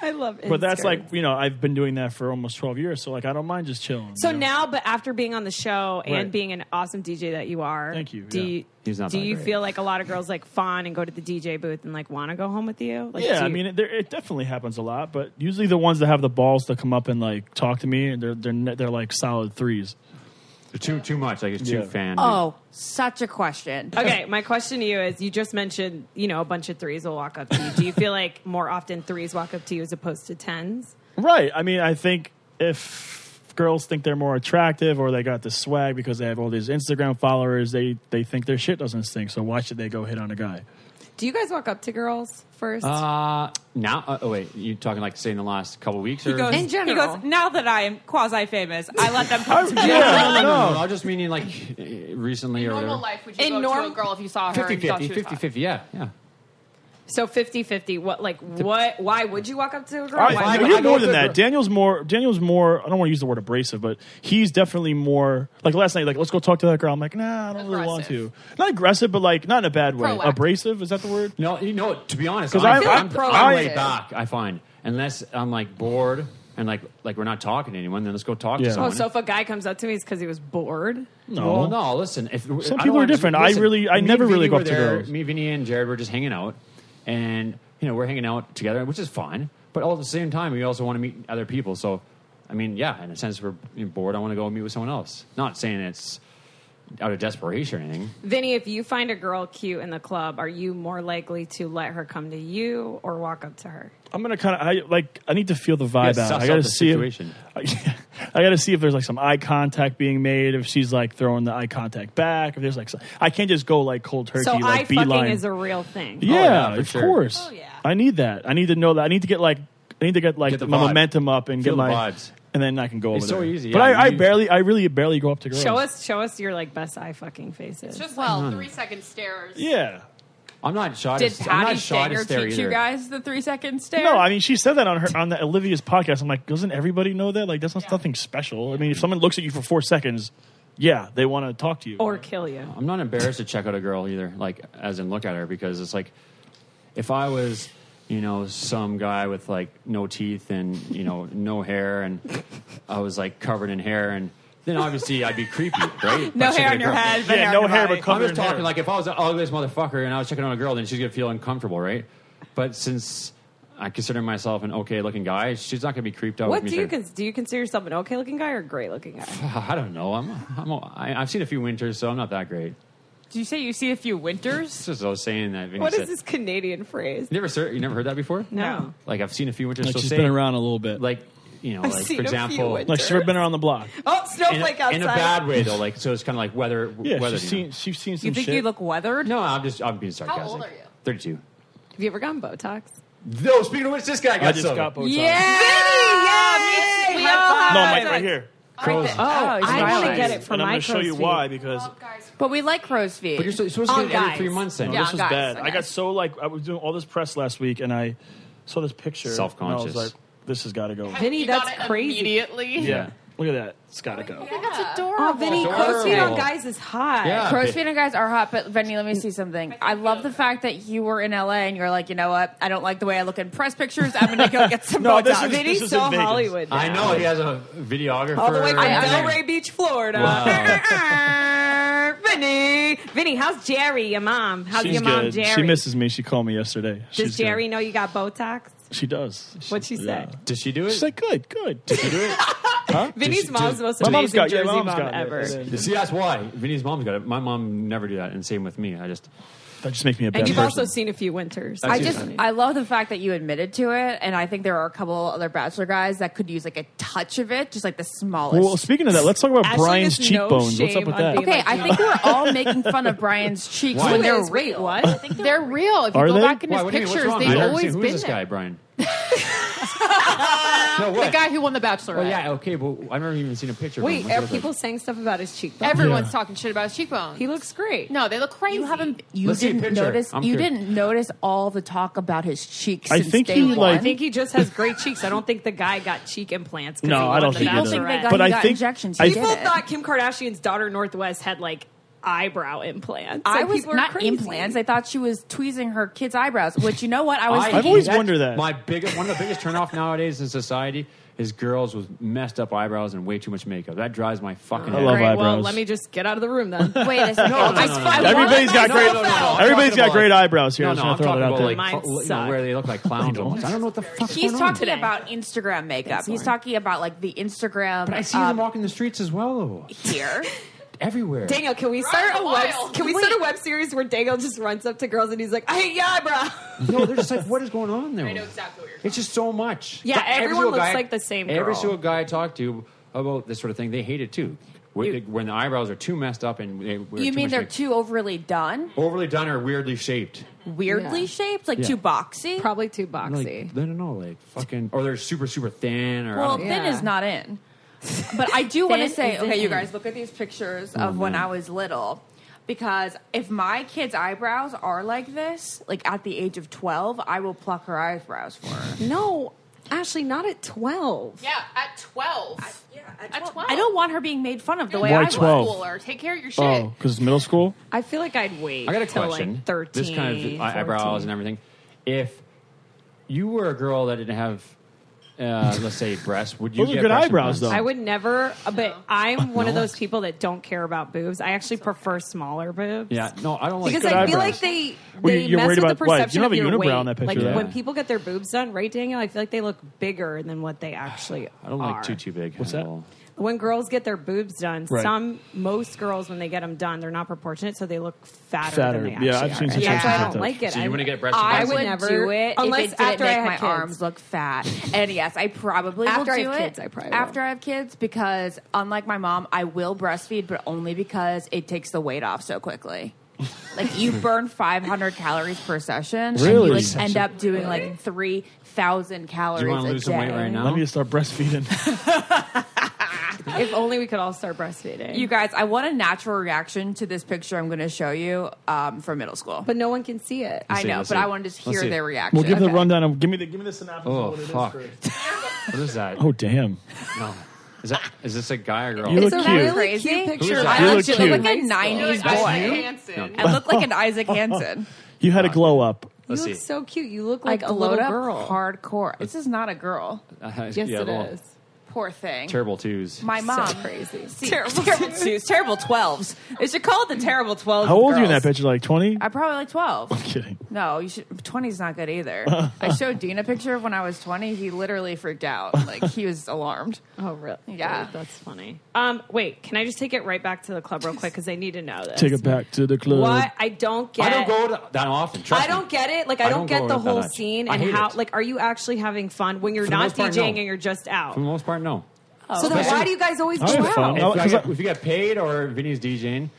Speaker 6: I love it.
Speaker 4: but that's like, you know, I've been doing that for almost 12 years, so like, I don't mind just chilling.
Speaker 6: So
Speaker 4: you know?
Speaker 6: now, but after being on the show and
Speaker 4: Right.
Speaker 6: being an awesome DJ that you are,
Speaker 4: Thank you,
Speaker 6: Do
Speaker 4: yeah.
Speaker 6: you,
Speaker 5: He's not
Speaker 6: do
Speaker 5: that
Speaker 6: you
Speaker 5: great.
Speaker 6: feel like a lot of girls like fawn and go to the DJ booth and like want to go home with you? Like,
Speaker 4: yeah,
Speaker 6: do
Speaker 4: I
Speaker 6: you-
Speaker 4: mean, it, there, it definitely happens a lot, but usually the ones that have the balls to come up and like talk to me, they're they're ne- they're like solid threes.
Speaker 5: They're Too too much. Like it's
Speaker 4: Yeah.
Speaker 5: too fan.
Speaker 3: Oh, such a question.
Speaker 6: Okay, my question to you is: You just mentioned, you know, a bunch of threes will walk up to you. Do you feel like more often threes walk up to you as opposed to tens?
Speaker 4: Right. I mean, I think if girls think they're more attractive or they got the swag because they have all these Instagram followers, they they think their shit doesn't stink. So why should they go hit on a guy?
Speaker 6: Do you guys walk up to girls first?
Speaker 5: Uh, now, uh, oh wait, you talking like say in the last couple weeks or?
Speaker 2: He goes,
Speaker 5: no,
Speaker 6: In general.
Speaker 2: He goes, now that I am quasi famous, I let them come to me.
Speaker 5: no, no,
Speaker 4: Yeah.
Speaker 5: no, no. I was just meaning like eh, recently or
Speaker 7: Normal
Speaker 5: whatever.
Speaker 7: life would you
Speaker 6: In
Speaker 7: go to
Speaker 6: norm-
Speaker 7: a girl if you saw her?
Speaker 5: 50
Speaker 7: and you thought
Speaker 5: 50,
Speaker 7: she was
Speaker 5: 50
Speaker 7: hot?
Speaker 5: 50, yeah, yeah.
Speaker 6: so 50-50, What like what? Why would you walk up to a girl?
Speaker 4: All right,
Speaker 6: Why
Speaker 5: Why
Speaker 4: well,
Speaker 5: would
Speaker 4: you're
Speaker 5: I go
Speaker 4: more
Speaker 5: with
Speaker 4: than
Speaker 5: the
Speaker 4: that.
Speaker 5: girl?
Speaker 4: Daniel's more. Daniel's more. I don't want to use the word abrasive, but he's definitely more. Like last night, like let's go talk to that girl. I'm like, nah, I don't really want to.
Speaker 7: Aggressive.
Speaker 4: Not aggressive, but like not in a bad way.
Speaker 7: Proactive.
Speaker 4: Abrasive is that the word?
Speaker 5: No, you know, to be honest,
Speaker 4: 'Cause I'm-
Speaker 5: I'm, I'm,
Speaker 4: I'm
Speaker 5: I'm,
Speaker 4: proactive.
Speaker 5: laid back. I find unless I'm like bored and like like we're not talking to anyone, then let's go talk
Speaker 4: Yeah.
Speaker 5: to
Speaker 4: Oh,
Speaker 6: Oh,
Speaker 5: someone.
Speaker 6: so if a guy comes up to me, it's because he was bored.
Speaker 4: No.
Speaker 5: Well, no, listen. If, some
Speaker 4: people are different. I really- I never really go up to girls.
Speaker 5: Me, Vinny, and Jared were just hanging out, and you know we're hanging out together, which is fine. But all at the same time, we also want to meet other people. So, I mean, yeah, in a sense, we're bored. I want to go meet with someone else. Not saying it's out of desperation or anything.
Speaker 6: Vinny, if you find a girl cute in the club, are you more likely to let her come to you or walk up to her?
Speaker 4: I'm gonna kind of. I like. I need to feel the vibe
Speaker 5: gotta
Speaker 4: out.
Speaker 5: suss
Speaker 4: I gotta
Speaker 5: out the
Speaker 4: see.
Speaker 5: situation.
Speaker 4: If, I gotta see if there's like some eye contact being made. If she's like throwing the eye contact back. If there's like, some, I can't just go like cold turkey.
Speaker 6: so
Speaker 4: like
Speaker 6: I
Speaker 4: beeline.
Speaker 6: fucking is a real thing.
Speaker 4: Yeah,
Speaker 5: Oh, yeah, for
Speaker 4: of
Speaker 5: sure.
Speaker 4: course.
Speaker 6: Oh, yeah.
Speaker 4: I need that. I need to know that. I need to get like I need to get like
Speaker 5: Get the
Speaker 4: my
Speaker 5: vibe.
Speaker 4: momentum up and
Speaker 5: Feel
Speaker 4: get
Speaker 5: the
Speaker 4: my
Speaker 5: vibes.
Speaker 4: and then I can go
Speaker 5: It's
Speaker 4: over
Speaker 5: so
Speaker 4: there.
Speaker 5: easy,
Speaker 4: But
Speaker 5: yeah.
Speaker 4: I, I
Speaker 5: You-
Speaker 4: barely, I really barely go up to girls.
Speaker 6: Show us, show us your like best eye fucking faces.
Speaker 7: It's just well, three second stares.
Speaker 4: Yeah.
Speaker 5: I'm not shy.
Speaker 3: Did
Speaker 5: to, I'm
Speaker 3: Patty
Speaker 5: not shy to
Speaker 3: Stanger
Speaker 5: stare
Speaker 3: teach
Speaker 5: either.
Speaker 3: you guys the three second stare?
Speaker 4: No, I mean she said that on her on the Olivia's podcast. I'm like, doesn't everybody know that? Like that's not nothing special. I mean, if someone looks at you for four seconds, yeah, they want to talk to you.
Speaker 6: or kill you.
Speaker 5: I'm not embarrassed to check out a girl either, like as in look at her, because it's like if I was, you know, some guy with like no teeth and you know no hair, and I was like covered in hair, and then obviously I'd be creepy, right?
Speaker 3: No
Speaker 5: By checking
Speaker 3: hair
Speaker 5: a
Speaker 3: on your
Speaker 5: girl.
Speaker 3: head. but
Speaker 4: Yeah,
Speaker 3: on
Speaker 4: no
Speaker 3: your
Speaker 4: hair,
Speaker 3: body.
Speaker 4: but
Speaker 5: I'm
Speaker 4: covered
Speaker 5: just
Speaker 4: in
Speaker 5: talking
Speaker 4: hair.
Speaker 5: like if I was an ugliest motherfucker and I was checking on a girl, then she's gonna feel uncomfortable, right? But since I consider myself an okay-looking guy, she's not gonna be creeped out.
Speaker 6: What
Speaker 5: with
Speaker 6: do
Speaker 5: me
Speaker 6: you
Speaker 5: saying,
Speaker 6: cons- do? You consider yourself an okay looking guy or a great looking guy?
Speaker 5: I don't know. I'm, I'm I, I've seen a few winters, so I'm not that great.
Speaker 7: Did you say you see a few
Speaker 5: It's
Speaker 7: winters?
Speaker 5: just I was saying that. Vinny
Speaker 6: What
Speaker 5: said-
Speaker 6: is this Canadian phrase?
Speaker 5: You never, sir, you never heard that before?
Speaker 6: No.
Speaker 5: Like I've seen a few winters.
Speaker 4: Like
Speaker 5: so
Speaker 4: she's
Speaker 5: say-
Speaker 4: been around a little bit.
Speaker 5: Like you know,
Speaker 6: I've
Speaker 5: like
Speaker 6: seen
Speaker 5: for
Speaker 6: a few
Speaker 5: example,
Speaker 6: winters.
Speaker 4: like she's ever been around the block.
Speaker 6: Oh,
Speaker 5: in a,
Speaker 6: snowflake outside.
Speaker 5: in a bad way though. Like so, it's kind of like weather.
Speaker 4: Yeah,
Speaker 5: weather.
Speaker 4: she's
Speaker 5: you know.
Speaker 4: seen she's seen some
Speaker 7: You think
Speaker 4: shit.
Speaker 7: you look weathered?
Speaker 5: No, I'm just I'm being sarcastic.
Speaker 7: old are you?
Speaker 5: Thirty-two.
Speaker 6: Have you ever gotten Botox?
Speaker 5: No, speaking of which, this guy got
Speaker 4: I just
Speaker 5: some.
Speaker 4: got Botox.
Speaker 6: Oh, Yeah,
Speaker 7: me too.
Speaker 6: we
Speaker 7: High
Speaker 6: all
Speaker 7: five.
Speaker 4: No,
Speaker 6: have.
Speaker 4: Mike, right here.
Speaker 5: Crows.
Speaker 6: Oh, I want to
Speaker 7: violent.
Speaker 6: get it for
Speaker 4: And I'm
Speaker 6: my
Speaker 4: going to show you
Speaker 6: crow's feet.
Speaker 4: why because
Speaker 7: But we like crow's feet.
Speaker 5: But you're so- supposed to get
Speaker 7: On
Speaker 5: it every
Speaker 7: Oh, guys.
Speaker 5: three months then.
Speaker 7: Yeah,
Speaker 4: this was
Speaker 7: guys,
Speaker 4: bad. I
Speaker 7: guys.
Speaker 4: got so like I was doing all this press last week, and I saw this picture.
Speaker 5: Self-conscious.
Speaker 4: And I was like, this has got to go.
Speaker 6: Vinny,
Speaker 7: You
Speaker 6: that's
Speaker 7: got it
Speaker 6: crazy.
Speaker 7: Immediately.
Speaker 4: Yeah, look at that. It's got to go.
Speaker 7: That's adorable.
Speaker 6: Oh, Vinny,
Speaker 5: Adorable.
Speaker 6: crow's feet on guys is hot.
Speaker 5: Yeah.
Speaker 3: Crow's feet and guys are hot, but Vinny, let me see something. I love the fact that you were in LA and you're like, you know what? I don't like the way I look in press pictures. I'm gonna go get some
Speaker 4: No, this
Speaker 3: Botox.
Speaker 4: is-
Speaker 6: Vinny's
Speaker 4: is
Speaker 6: so
Speaker 4: in Vegas.
Speaker 6: Hollywood.
Speaker 5: I
Speaker 6: now.
Speaker 5: know he has a videographer.
Speaker 6: All the way from
Speaker 5: and uh, everything.
Speaker 6: Delray Beach, Florida. Vinny, Vinny, how's Jerry? Your mom? How's
Speaker 4: She's
Speaker 6: your mom,
Speaker 4: good.
Speaker 6: Jerry?
Speaker 4: She misses me. She called me yesterday.
Speaker 6: Does
Speaker 4: She's
Speaker 6: Jerry
Speaker 4: Good.
Speaker 6: know you got Botox?
Speaker 4: She does.
Speaker 6: What'd she say?
Speaker 5: Did she do it?
Speaker 4: She's like, good, good.
Speaker 5: Did she do it?
Speaker 6: Vinny's
Speaker 5: she-
Speaker 6: mom's
Speaker 5: did-
Speaker 6: the most
Speaker 4: My
Speaker 6: amazing
Speaker 4: mom's got yeah,
Speaker 6: Jersey
Speaker 4: my mom's
Speaker 6: mom
Speaker 4: got it.
Speaker 6: ever.
Speaker 4: And
Speaker 5: You See, that's why Vinny's mom's got it. My mom never do that, and same with me. I just
Speaker 4: That just makes me a better
Speaker 6: And you've
Speaker 4: person.
Speaker 6: also seen a few winters.
Speaker 5: I've
Speaker 3: I
Speaker 5: seen
Speaker 3: just I love the fact that you admitted to it, and I think there are a couple other bachelor guys that could use like a touch of it, just like the smallest.
Speaker 4: well, speaking of that, let's talk about
Speaker 6: Ashley
Speaker 4: Brian's
Speaker 6: has no
Speaker 4: cheekbones. What's up
Speaker 6: shame
Speaker 4: with
Speaker 6: on
Speaker 4: that?
Speaker 6: being
Speaker 3: okay, I think we're all making fun of Brian's cheeks
Speaker 5: Why?
Speaker 3: when they're
Speaker 6: Wait, wait,
Speaker 3: real.
Speaker 6: what? I think
Speaker 7: They're real. If you
Speaker 4: Are
Speaker 7: go
Speaker 4: they?
Speaker 7: back in
Speaker 5: why?
Speaker 7: his
Speaker 5: What do you mean,
Speaker 7: pictures,
Speaker 5: what's wrong?
Speaker 7: they've
Speaker 5: I never
Speaker 7: always
Speaker 5: seen, who
Speaker 7: been
Speaker 5: is this
Speaker 7: there.
Speaker 5: guy, Brian? no, what?
Speaker 7: The guy who won the Bachelor.
Speaker 5: Well, yeah, okay, but I've never even seen a picture. of
Speaker 6: Wait,
Speaker 5: him. What's
Speaker 6: are
Speaker 5: he look
Speaker 6: people saying stuff about his cheekbone?
Speaker 7: Everyone's talking shit about his cheekbones.
Speaker 6: he looks great.
Speaker 7: no, they look crazy.
Speaker 3: You haven't. You
Speaker 5: Let's see a
Speaker 3: didn't
Speaker 5: picture.
Speaker 3: notice.
Speaker 5: I'm
Speaker 3: you
Speaker 5: curious.
Speaker 3: didn't notice all the talk about his cheeks.
Speaker 4: I
Speaker 3: since
Speaker 4: think
Speaker 3: day
Speaker 4: he would,
Speaker 3: one.
Speaker 4: like-
Speaker 6: I think he just has great cheeks. I don't think the guy got cheek implants. 'cause
Speaker 4: No,
Speaker 6: he
Speaker 4: I
Speaker 6: won
Speaker 4: don't
Speaker 6: the
Speaker 4: think
Speaker 3: I
Speaker 4: he
Speaker 3: don't
Speaker 4: did.
Speaker 3: think
Speaker 6: Bachelorette.
Speaker 3: they got,
Speaker 4: But
Speaker 3: he
Speaker 4: I
Speaker 3: got
Speaker 4: think-
Speaker 3: injections.
Speaker 4: I
Speaker 3: He
Speaker 4: think-
Speaker 6: People
Speaker 3: did it.
Speaker 6: thought Kim Kardashian's daughter Northwest had like eyebrow implants.
Speaker 3: I
Speaker 6: Like,
Speaker 3: was
Speaker 6: people are
Speaker 3: not
Speaker 6: crazy.
Speaker 3: implants. I thought she was tweezing her kid's eyebrows. Which you know what I was.
Speaker 5: I-
Speaker 3: thinking,
Speaker 4: I've always
Speaker 5: that's
Speaker 4: wondered that.
Speaker 5: My biggest, one of the biggest turnoff nowadays in society is girls with messed up eyebrows and way too much makeup. That drives my fucking.
Speaker 4: I
Speaker 5: head.
Speaker 4: love
Speaker 6: Great, well,
Speaker 4: eyebrows.
Speaker 6: let me just get out of the room then.
Speaker 3: Wait a second.
Speaker 5: no, no,
Speaker 3: I- I
Speaker 5: no, no.
Speaker 3: wanted
Speaker 4: Everybody's got
Speaker 3: my
Speaker 4: great-
Speaker 3: cell phone.
Speaker 4: everybody's
Speaker 5: I'm
Speaker 4: got
Speaker 5: talking
Speaker 4: great
Speaker 5: about, like-
Speaker 4: eyebrows here.
Speaker 5: No,
Speaker 4: I just
Speaker 5: no,
Speaker 4: wanna
Speaker 5: I'm
Speaker 4: throw that
Speaker 5: talking
Speaker 4: out
Speaker 5: about
Speaker 4: there.
Speaker 5: like
Speaker 6: Mine
Speaker 5: fu- you
Speaker 6: suck.
Speaker 5: know, where they look like clowns almost. I don't know what the fuck.
Speaker 3: He's
Speaker 5: going on.
Speaker 3: talking about Instagram makeup. He's talking about like the Instagram. um,
Speaker 5: But I see them walking the streets as well, though.
Speaker 3: here.
Speaker 5: Everywhere.
Speaker 6: Daniel, can we start a web?
Speaker 7: wild.
Speaker 6: Can we start a web series where Daniel just runs up to girls and he's like, "I hate your eyebrow."
Speaker 5: No, they're just like, what is going on there? I
Speaker 7: know exactly what you're
Speaker 5: It's just so much.
Speaker 6: Yeah,
Speaker 5: Every
Speaker 6: everyone
Speaker 5: single
Speaker 6: looks like the same
Speaker 5: Every
Speaker 6: girl.
Speaker 5: single guy I talked to about this sort of thing, they hate it too. When, the, when the eyebrows are too messed up and they wear
Speaker 3: You
Speaker 5: too
Speaker 3: mean
Speaker 5: much
Speaker 3: they're
Speaker 5: makeup.
Speaker 3: too overly done,
Speaker 5: overly done or weirdly shaped?
Speaker 3: weirdly
Speaker 6: Yeah.
Speaker 3: shaped, like
Speaker 5: Yeah.
Speaker 3: too boxy?
Speaker 6: Probably too
Speaker 5: Like,
Speaker 6: boxy.
Speaker 5: I don't know, like fucking, or they're super super thin or. I
Speaker 3: Well,
Speaker 5: don't,
Speaker 3: thin
Speaker 6: Yeah.
Speaker 3: is not in. But I do want to
Speaker 6: Thin
Speaker 3: say,
Speaker 6: is
Speaker 3: okay, you
Speaker 6: in.
Speaker 3: guys, look at these pictures of when I was little. Because if my kid's eyebrows are like this, like at the age of 12, I will pluck her eyebrows for her.
Speaker 6: no, Ashley, not at twelve.
Speaker 7: Yeah, at 12.
Speaker 3: Yeah,
Speaker 7: At 12.
Speaker 3: I don't want her being made fun of the way
Speaker 4: Why
Speaker 3: I was.
Speaker 4: 12?
Speaker 7: Cooler. Take care of your shit.
Speaker 4: Oh, because it's middle school.
Speaker 6: I feel like I'd wait.
Speaker 5: I got a
Speaker 6: till
Speaker 5: question.
Speaker 6: Like Thirteen.
Speaker 5: this kind of eye- eyebrows
Speaker 6: 14.
Speaker 5: and everything. If you were a girl that didn't have, uh, let's say, breasts, would you
Speaker 4: Those are
Speaker 5: get
Speaker 4: good
Speaker 5: breast
Speaker 4: eyebrows,
Speaker 5: implants?
Speaker 6: I would never, uh, but I'm one of those people that don't care about boobs. I actually prefer smaller boobs.
Speaker 5: Yeah, no, I don't like
Speaker 6: because
Speaker 4: good
Speaker 6: I feel
Speaker 4: eyebrows.
Speaker 6: like they
Speaker 4: Well, you-
Speaker 6: they
Speaker 4: you're
Speaker 6: mess
Speaker 4: worried
Speaker 6: with the
Speaker 4: about- why? You
Speaker 6: perception
Speaker 4: don't
Speaker 6: of
Speaker 4: have a
Speaker 6: your
Speaker 4: unibrow
Speaker 6: weight.
Speaker 4: on that
Speaker 6: like
Speaker 4: picture,
Speaker 5: though.
Speaker 6: when people get their boobs done, right, Daniel? I feel like they look bigger than what they actually.
Speaker 5: I don't
Speaker 6: are.
Speaker 5: like too too big.
Speaker 4: What's
Speaker 5: at
Speaker 4: that?
Speaker 5: all.
Speaker 6: When girls get their boobs done,
Speaker 4: Right.
Speaker 6: some most girls when they get them done, they're not proportionate, so they look fatter.
Speaker 4: Fatter.
Speaker 6: Than they actually
Speaker 4: Yeah, I've seen
Speaker 6: are.
Speaker 4: some
Speaker 6: That's why I
Speaker 4: pictures
Speaker 6: don't
Speaker 4: like
Speaker 6: like
Speaker 4: that.
Speaker 6: it.
Speaker 5: So you
Speaker 6: I-
Speaker 5: want to get breast
Speaker 3: I
Speaker 5: implants?
Speaker 3: would
Speaker 6: never-
Speaker 3: do it
Speaker 6: unless
Speaker 3: unless if it didn't
Speaker 6: after I
Speaker 3: make
Speaker 6: had
Speaker 3: my
Speaker 6: kids.
Speaker 3: arms look fat. And yes, I probably
Speaker 6: After
Speaker 3: will
Speaker 6: I
Speaker 3: do
Speaker 6: have
Speaker 3: it
Speaker 6: kids, I probably will.
Speaker 3: after I have kids because unlike my mom, I will breastfeed, but only because it takes the weight off so quickly. like you burn 500 calories per session,
Speaker 4: Really?
Speaker 3: and you like end up doing like 3,000 calories.
Speaker 5: Do you want
Speaker 3: a
Speaker 5: to lose some weight
Speaker 3: day.
Speaker 6: uh,
Speaker 5: right
Speaker 4: I
Speaker 5: now?
Speaker 4: need to start breastfeeding.
Speaker 6: if only we could all start breastfeeding.
Speaker 3: You guys, I want a natural reaction to this picture I'm going to show you um, from middle school.
Speaker 6: but no one can see it.
Speaker 3: I
Speaker 5: see,
Speaker 3: know,
Speaker 5: let's
Speaker 3: but
Speaker 5: see.
Speaker 3: I want to just
Speaker 5: Let's
Speaker 3: hear
Speaker 5: see.
Speaker 3: their reaction.
Speaker 4: We'll give the
Speaker 3: Okay.
Speaker 4: rundown. Of, give me the give me the synopsis.
Speaker 5: Oh,
Speaker 4: of what it is
Speaker 5: fuck.
Speaker 4: first.
Speaker 5: What is that?
Speaker 4: Oh damn!
Speaker 5: No. Is that is this a guy or girl?
Speaker 4: You
Speaker 6: it's
Speaker 4: look
Speaker 6: a
Speaker 4: cute.
Speaker 6: really
Speaker 3: Crazy?
Speaker 6: cute
Speaker 3: Who's
Speaker 6: picture.
Speaker 5: that?
Speaker 6: I
Speaker 4: You
Speaker 6: looked
Speaker 4: look
Speaker 6: at
Speaker 4: cute.
Speaker 6: it
Speaker 4: You
Speaker 6: in
Speaker 3: look
Speaker 6: high school.
Speaker 3: like a 90s
Speaker 6: You
Speaker 3: boy.
Speaker 7: Hanson.
Speaker 3: I look like an Isaac Hansen.
Speaker 4: You had a glow up.
Speaker 5: Let's
Speaker 6: look
Speaker 5: see.
Speaker 6: so cute. You look
Speaker 3: I
Speaker 6: like a
Speaker 3: glowed
Speaker 6: little
Speaker 3: up
Speaker 6: girl.
Speaker 3: hardcore. This is not a girl.
Speaker 5: Uh,
Speaker 6: Yes,
Speaker 5: yeah,
Speaker 6: it
Speaker 5: well,
Speaker 6: is.
Speaker 3: Poor thing.
Speaker 5: Terrible twos.
Speaker 3: My mom.
Speaker 7: crazy.
Speaker 3: See,
Speaker 2: terrible, terrible twos, terrible twelves. They should call it the terrible twelves.
Speaker 4: How old are you in that picture? Like 20?
Speaker 3: I'm probably like 12.
Speaker 4: I'm kidding.
Speaker 3: No, you should. 20 is not good either. I showed Dean a picture of when I was 20. He literally freaked out. Like, he was alarmed.
Speaker 6: Oh, really?
Speaker 3: Yeah.
Speaker 6: that's funny. Um, wait, can I just take it right back to the club real quick because I need to know this.
Speaker 4: Take it back to the club.
Speaker 6: What I don't get.
Speaker 5: I don't go to, that often. Trust
Speaker 6: I don't
Speaker 5: me.
Speaker 6: get it. Like I,
Speaker 5: I
Speaker 6: don't,
Speaker 5: don't
Speaker 6: get
Speaker 5: go
Speaker 6: the
Speaker 5: out that
Speaker 6: whole
Speaker 5: much.
Speaker 6: scene
Speaker 5: I
Speaker 6: and
Speaker 5: hate
Speaker 6: how.
Speaker 5: it.
Speaker 6: Like, are you actually having fun when you're
Speaker 5: For the
Speaker 6: not
Speaker 5: most part,
Speaker 6: DJing
Speaker 5: no.
Speaker 6: and you're just out?
Speaker 5: For the most part, no.
Speaker 6: so then, why do you guys always go
Speaker 4: I have
Speaker 6: out?
Speaker 4: fun.
Speaker 5: If,
Speaker 4: Oh,
Speaker 5: I
Speaker 4: 'cause
Speaker 5: get-
Speaker 4: I-
Speaker 5: if we get paid or Vinny's DJing,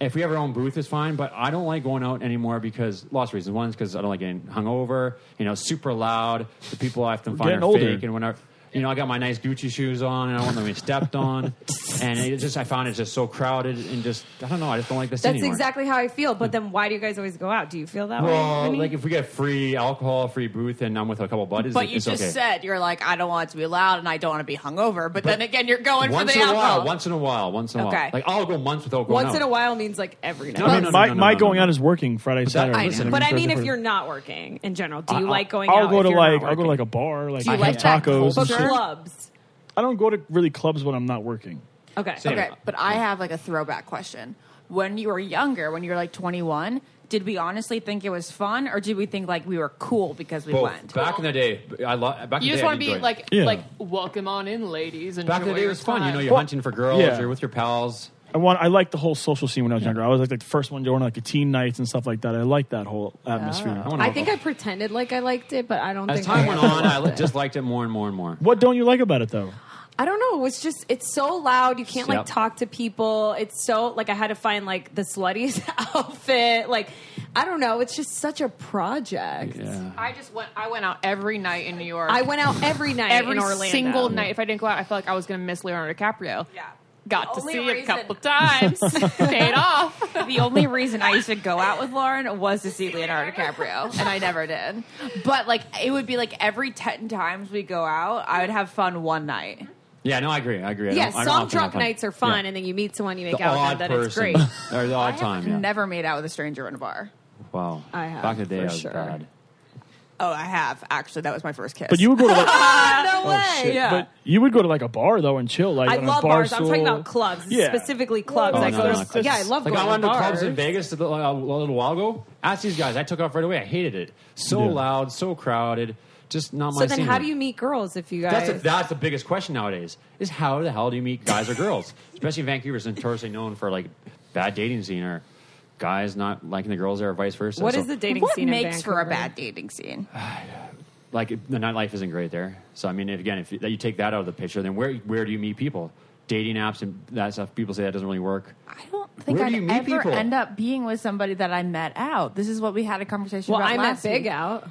Speaker 5: if we have our own booth, it's fine. But I don't like going out anymore because lots of reasons. One is because I don't like getting hungover. You know, super loud. The people I have to find
Speaker 4: getting
Speaker 5: are
Speaker 4: older.
Speaker 5: fake. And when I, you know, I got my nice Gucci shoes on, and I don't want them to be stepped on. And it just, I found it just so crowded, and just I don't know. I just don't like this
Speaker 6: That's
Speaker 5: anymore.
Speaker 6: exactly how I feel. But then, why do you guys always go out? Do you feel that way?
Speaker 5: Well,
Speaker 6: Vinny?
Speaker 5: like if we get free alcohol, free booth, and I'm with a couple buddies,
Speaker 3: But
Speaker 5: it's
Speaker 3: you just
Speaker 5: okay.
Speaker 3: said, you're like, I don't want it to be loud and I don't want to be hungover. But, then again, you're going for
Speaker 5: once
Speaker 3: the
Speaker 5: in a
Speaker 3: alcohol.
Speaker 5: while, once in a while, once in a
Speaker 3: Okay.
Speaker 5: while. Like I'll go months without going
Speaker 6: once
Speaker 5: out.
Speaker 6: in a while means like every
Speaker 5: No,
Speaker 6: now.
Speaker 5: no,
Speaker 6: and
Speaker 5: no,
Speaker 6: then.
Speaker 5: no,
Speaker 4: my
Speaker 5: no,
Speaker 4: my
Speaker 5: no,
Speaker 4: going
Speaker 5: no.
Speaker 4: out is working Friday, Saturday.
Speaker 5: I
Speaker 4: Listen,
Speaker 5: know.
Speaker 6: But I
Speaker 4: Thursday,
Speaker 6: mean, if
Speaker 4: Friday.
Speaker 6: you're not working in general, do you
Speaker 4: I'll-
Speaker 6: like going out?
Speaker 4: I'll go
Speaker 6: if
Speaker 4: to
Speaker 6: you're
Speaker 4: like
Speaker 6: not
Speaker 4: I'll go to like
Speaker 6: working?
Speaker 4: a bar, like
Speaker 3: Do you
Speaker 4: have
Speaker 3: like that
Speaker 4: tacos.
Speaker 6: But
Speaker 4: and
Speaker 3: culture?
Speaker 4: shit.
Speaker 6: clubs.
Speaker 4: I don't go to really clubs when I'm not working.
Speaker 6: Okay.
Speaker 5: Same.
Speaker 3: Okay, but I have like a throwback question. When you were younger, when you were like 21, did we honestly think it was fun or did we think like we were cool because we
Speaker 5: Both.
Speaker 3: went?
Speaker 5: Back in the day, I lo- back in the
Speaker 7: You just
Speaker 5: day,
Speaker 7: want
Speaker 5: I
Speaker 7: to be
Speaker 5: enjoyed it.
Speaker 7: like,
Speaker 4: Yeah.
Speaker 7: like welcome on in, ladies. And
Speaker 5: back in the day it was fun. You know, you're hunting for girls,
Speaker 4: yeah.
Speaker 5: you're with your pals.
Speaker 4: I want I liked the whole social scene when I was younger. I was like, the first one going to like a teen nights and stuff like that. I liked that whole atmosphere.
Speaker 5: I, wanna
Speaker 6: Ah. I
Speaker 5: go-
Speaker 6: think I pretended like I liked it, but I don't
Speaker 5: as
Speaker 6: think
Speaker 5: time
Speaker 6: I
Speaker 5: went
Speaker 6: ever
Speaker 5: on,
Speaker 6: liked
Speaker 5: I
Speaker 6: it.
Speaker 5: li- just liked it more and more and more.
Speaker 4: What don't you like about it though?
Speaker 6: I don't know. It's just it's so loud. You can't like
Speaker 5: Yep.
Speaker 6: talk to people. It's so like I had to find like the sluttiest outfit. Like I don't know. It's just such a project.
Speaker 5: Yeah.
Speaker 7: I just went. I went out every night in New York.
Speaker 6: I went out every night
Speaker 7: every
Speaker 6: in Orlando.
Speaker 7: single night. If I didn't go out, I felt like I was going to miss Leonardo DiCaprio.
Speaker 3: Yeah. The
Speaker 7: Got to
Speaker 3: only
Speaker 7: see
Speaker 3: reason-
Speaker 7: a couple times. Paid off.
Speaker 3: the only reason I used to go out with Lauren was to see Leonardo DiCaprio, and I never did. But like, it would be like every 10 times we go out, I would have fun one night.
Speaker 5: Yeah, no, I agree. I agree. I
Speaker 6: Yeah,
Speaker 5: don't- I don't
Speaker 6: some
Speaker 5: often have
Speaker 6: drunk nights are fun,
Speaker 5: Yeah.
Speaker 6: and then you meet someone, you
Speaker 5: the
Speaker 6: make out
Speaker 5: odd
Speaker 6: with them, then
Speaker 5: person
Speaker 6: it's great.
Speaker 5: or the odd
Speaker 3: I
Speaker 5: time.
Speaker 3: have
Speaker 5: Yeah.
Speaker 3: never made out with a stranger in a bar.
Speaker 5: wow.
Speaker 6: I have,
Speaker 5: back in the day,
Speaker 6: for
Speaker 5: I was
Speaker 6: sure.
Speaker 5: bad.
Speaker 3: Oh, I have actually. That was my first kiss.
Speaker 4: But you would go to
Speaker 6: no
Speaker 4: like
Speaker 5: Oh,
Speaker 6: way.
Speaker 3: yeah.
Speaker 4: but you would go to like a bar though and chill. Like
Speaker 6: I
Speaker 4: on a
Speaker 6: love
Speaker 4: bar
Speaker 6: bars. I'm talking
Speaker 4: stool.
Speaker 6: about clubs,
Speaker 4: Yeah.
Speaker 6: specifically clubs.
Speaker 5: Oh,
Speaker 6: I
Speaker 5: no,
Speaker 6: go
Speaker 5: no,
Speaker 6: to.
Speaker 5: that's-
Speaker 6: Yeah, I love
Speaker 5: Like I
Speaker 6: going
Speaker 5: went
Speaker 6: to
Speaker 5: to
Speaker 6: bars.
Speaker 5: clubs in Vegas a little, a little while ago. Ask these guys. I took off right away. I hated it. So
Speaker 4: Yeah.
Speaker 5: loud, so crowded. Just not my
Speaker 6: So then,
Speaker 5: scene.
Speaker 6: how do you meet girls if you guys?
Speaker 5: That's a, that's the biggest question nowadays. Is how the hell do you meet guys or girls? Especially in Vancouver is notoriously known for like bad dating scene or guys not liking the girls there or vice versa.
Speaker 6: what
Speaker 5: So,
Speaker 6: is the dating
Speaker 3: what
Speaker 6: scene?
Speaker 3: makes
Speaker 6: in
Speaker 3: for a
Speaker 6: Vancouver?
Speaker 3: bad dating scene?
Speaker 5: like the nightlife isn't great there. So I mean, if, again, if you, you take that out of the picture, then where where do you meet people? Dating apps and that stuff. People say that doesn't really work.
Speaker 3: I don't think
Speaker 5: Where
Speaker 3: I'd
Speaker 5: do you meet
Speaker 3: ever
Speaker 5: people?
Speaker 3: end up being with somebody that I met out. This is what we had a conversation
Speaker 6: Well,
Speaker 3: about
Speaker 6: I met
Speaker 3: last
Speaker 6: Big
Speaker 3: week.
Speaker 6: out.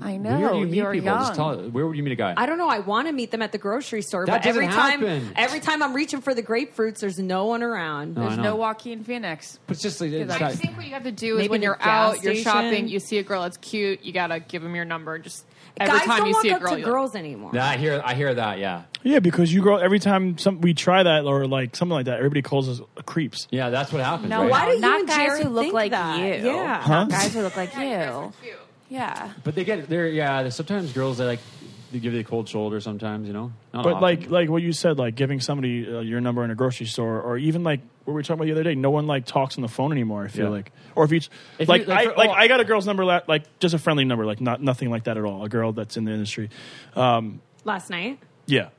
Speaker 3: I
Speaker 5: where do
Speaker 3: know
Speaker 5: you meet
Speaker 3: you are
Speaker 5: people?
Speaker 3: young.
Speaker 5: Just tell, where would you meet a guy?
Speaker 6: I don't know. I want to meet them at the grocery store,
Speaker 5: That
Speaker 6: but every
Speaker 5: doesn't
Speaker 6: time,
Speaker 5: happen.
Speaker 6: every time I'm reaching for the grapefruits, there's no one around.
Speaker 5: No, I
Speaker 3: There's
Speaker 5: know.
Speaker 3: no Joaquin Phoenix.
Speaker 5: But it's just like, it's
Speaker 7: I
Speaker 5: got-
Speaker 7: think what you have to do
Speaker 6: Maybe
Speaker 7: is when
Speaker 6: the
Speaker 7: you're
Speaker 6: gas
Speaker 7: out, you're shopping,
Speaker 6: station.
Speaker 7: you see a girl that's cute, you gotta give them your number. and Just every
Speaker 6: Guys
Speaker 7: time
Speaker 6: don't
Speaker 7: you
Speaker 6: walk
Speaker 7: see a
Speaker 6: up
Speaker 7: girl,
Speaker 6: to
Speaker 7: you-
Speaker 6: girls anymore.
Speaker 5: Nah, I hear I hear that. Yeah,
Speaker 4: Yeah, because you grow every time some we try that or like something like that, everybody calls us creeps.
Speaker 5: yeah, that's what happens.
Speaker 3: No,
Speaker 5: right?
Speaker 6: Why do you
Speaker 3: Not
Speaker 6: and
Speaker 3: guys
Speaker 6: Jared
Speaker 3: who look
Speaker 6: think
Speaker 3: like
Speaker 6: that?
Speaker 3: you.
Speaker 6: Yeah.
Speaker 4: Huh?
Speaker 3: Guys who look like you.
Speaker 7: Girls are cute.
Speaker 3: Yeah.
Speaker 5: But they get there. Yeah, there's sometimes girls that like they give you the cold shoulder. Sometimes you know, Not
Speaker 4: But
Speaker 5: often.
Speaker 4: like like what you said, like giving somebody uh, your number in a grocery store, or even like what we were talking about the other day, no one like talks on the phone anymore. I feel
Speaker 5: Yeah.
Speaker 4: like, or if each
Speaker 5: If
Speaker 4: like
Speaker 5: you- like,
Speaker 4: I
Speaker 5: for-
Speaker 4: like
Speaker 5: oh.
Speaker 4: I got a girl's number, la- like just a friendly number, like not nothing like that at all. A girl that's in the industry, um,
Speaker 6: Last night,
Speaker 4: yeah,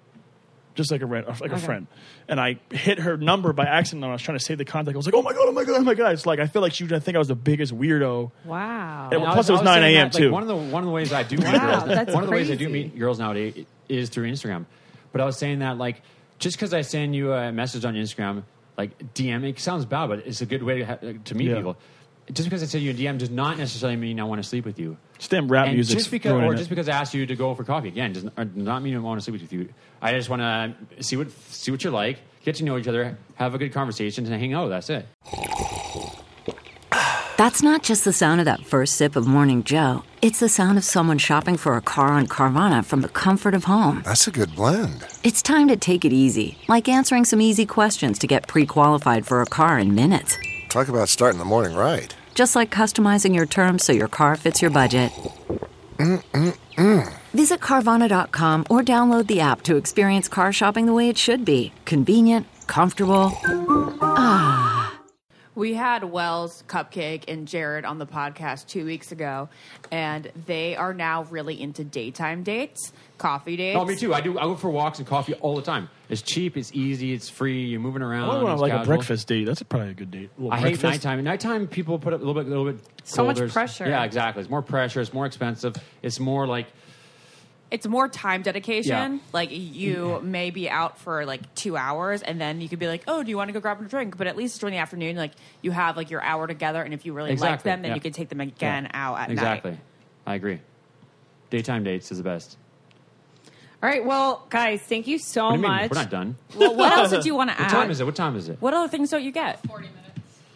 Speaker 4: just like a friend, like a friend. And I hit her number by accident. And I was trying to save the contact. I was like, oh my god, oh my god, oh my god. It's like I feel like she would think I was the biggest weirdo.
Speaker 6: wow.
Speaker 4: And
Speaker 5: I
Speaker 4: plus, it was nine
Speaker 5: saying
Speaker 4: a.m.
Speaker 5: that, like,
Speaker 4: too.
Speaker 5: one of the one of the ways I do meet
Speaker 6: Wow,
Speaker 5: girls,
Speaker 6: that's
Speaker 5: one of the ways I do
Speaker 6: crazy.
Speaker 5: meet girls nowadays is through Instagram. But I was saying that like just because I send you a message on Instagram, like DM, it sounds bad, but it's a good way to, ha- to meet
Speaker 4: Yeah.
Speaker 5: people. Just because I send you a DM does not necessarily mean I want to sleep with you.
Speaker 4: Just damn rap
Speaker 5: and
Speaker 4: music.
Speaker 5: just because, or just because I asked you to go for coffee again does or does not mean I want to sleep with you. I just want to see what see what you're like, get to know each other, have a good conversation, and hang out. That's it.
Speaker 8: That's not just the sound of that first sip of Morning Joe. It's the sound of someone shopping for a car on Carvana from the comfort of home.
Speaker 9: That's a good blend.
Speaker 8: It's time to take it easy, like answering some easy questions to get pre qualified for a car in minutes.
Speaker 9: Talk about starting the morning right.
Speaker 8: Just like customizing your terms so your car fits your budget. Visit Carvana.com or download the app to experience car shopping the way it should be convenient, comfortable.
Speaker 3: We had Wells, Cupcake, and Jared on the podcast two weeks ago, and they are now really into daytime dates, coffee dates.
Speaker 5: No, Oh, me too. I do. I go for walks and coffee all the time. It's cheap. It's easy. It's free. You're moving
Speaker 4: I
Speaker 5: around.
Speaker 4: want to
Speaker 5: it's
Speaker 4: like a
Speaker 5: casual.
Speaker 4: breakfast date. That's probably a good date. A little
Speaker 5: I hate
Speaker 4: breakfast.
Speaker 5: nighttime. Nighttime people put up a little bit, a little bit.
Speaker 6: So much
Speaker 5: colder.
Speaker 6: pressure.
Speaker 5: Yeah, exactly. It's more pressure. It's more expensive. It's more like
Speaker 3: It's more time dedication.
Speaker 5: Yeah.
Speaker 3: Like you may be out for like two hours, and then you could be like, "Oh, do you want to go grab a drink?" But at least during the afternoon, like you have like your hour together, and if you really like
Speaker 5: Exactly,
Speaker 3: them, then
Speaker 5: yeah.
Speaker 3: you could take them again
Speaker 5: Yeah.
Speaker 3: out at
Speaker 5: exactly.
Speaker 3: night.
Speaker 5: I agree. Daytime dates is the best.
Speaker 6: All right, well, guys, thank you so
Speaker 5: What do you mean?
Speaker 6: much.
Speaker 5: We're not done.
Speaker 3: Well, what else did you want to
Speaker 5: What
Speaker 3: add?
Speaker 5: time is it? What time is it?
Speaker 3: What other things don't you get?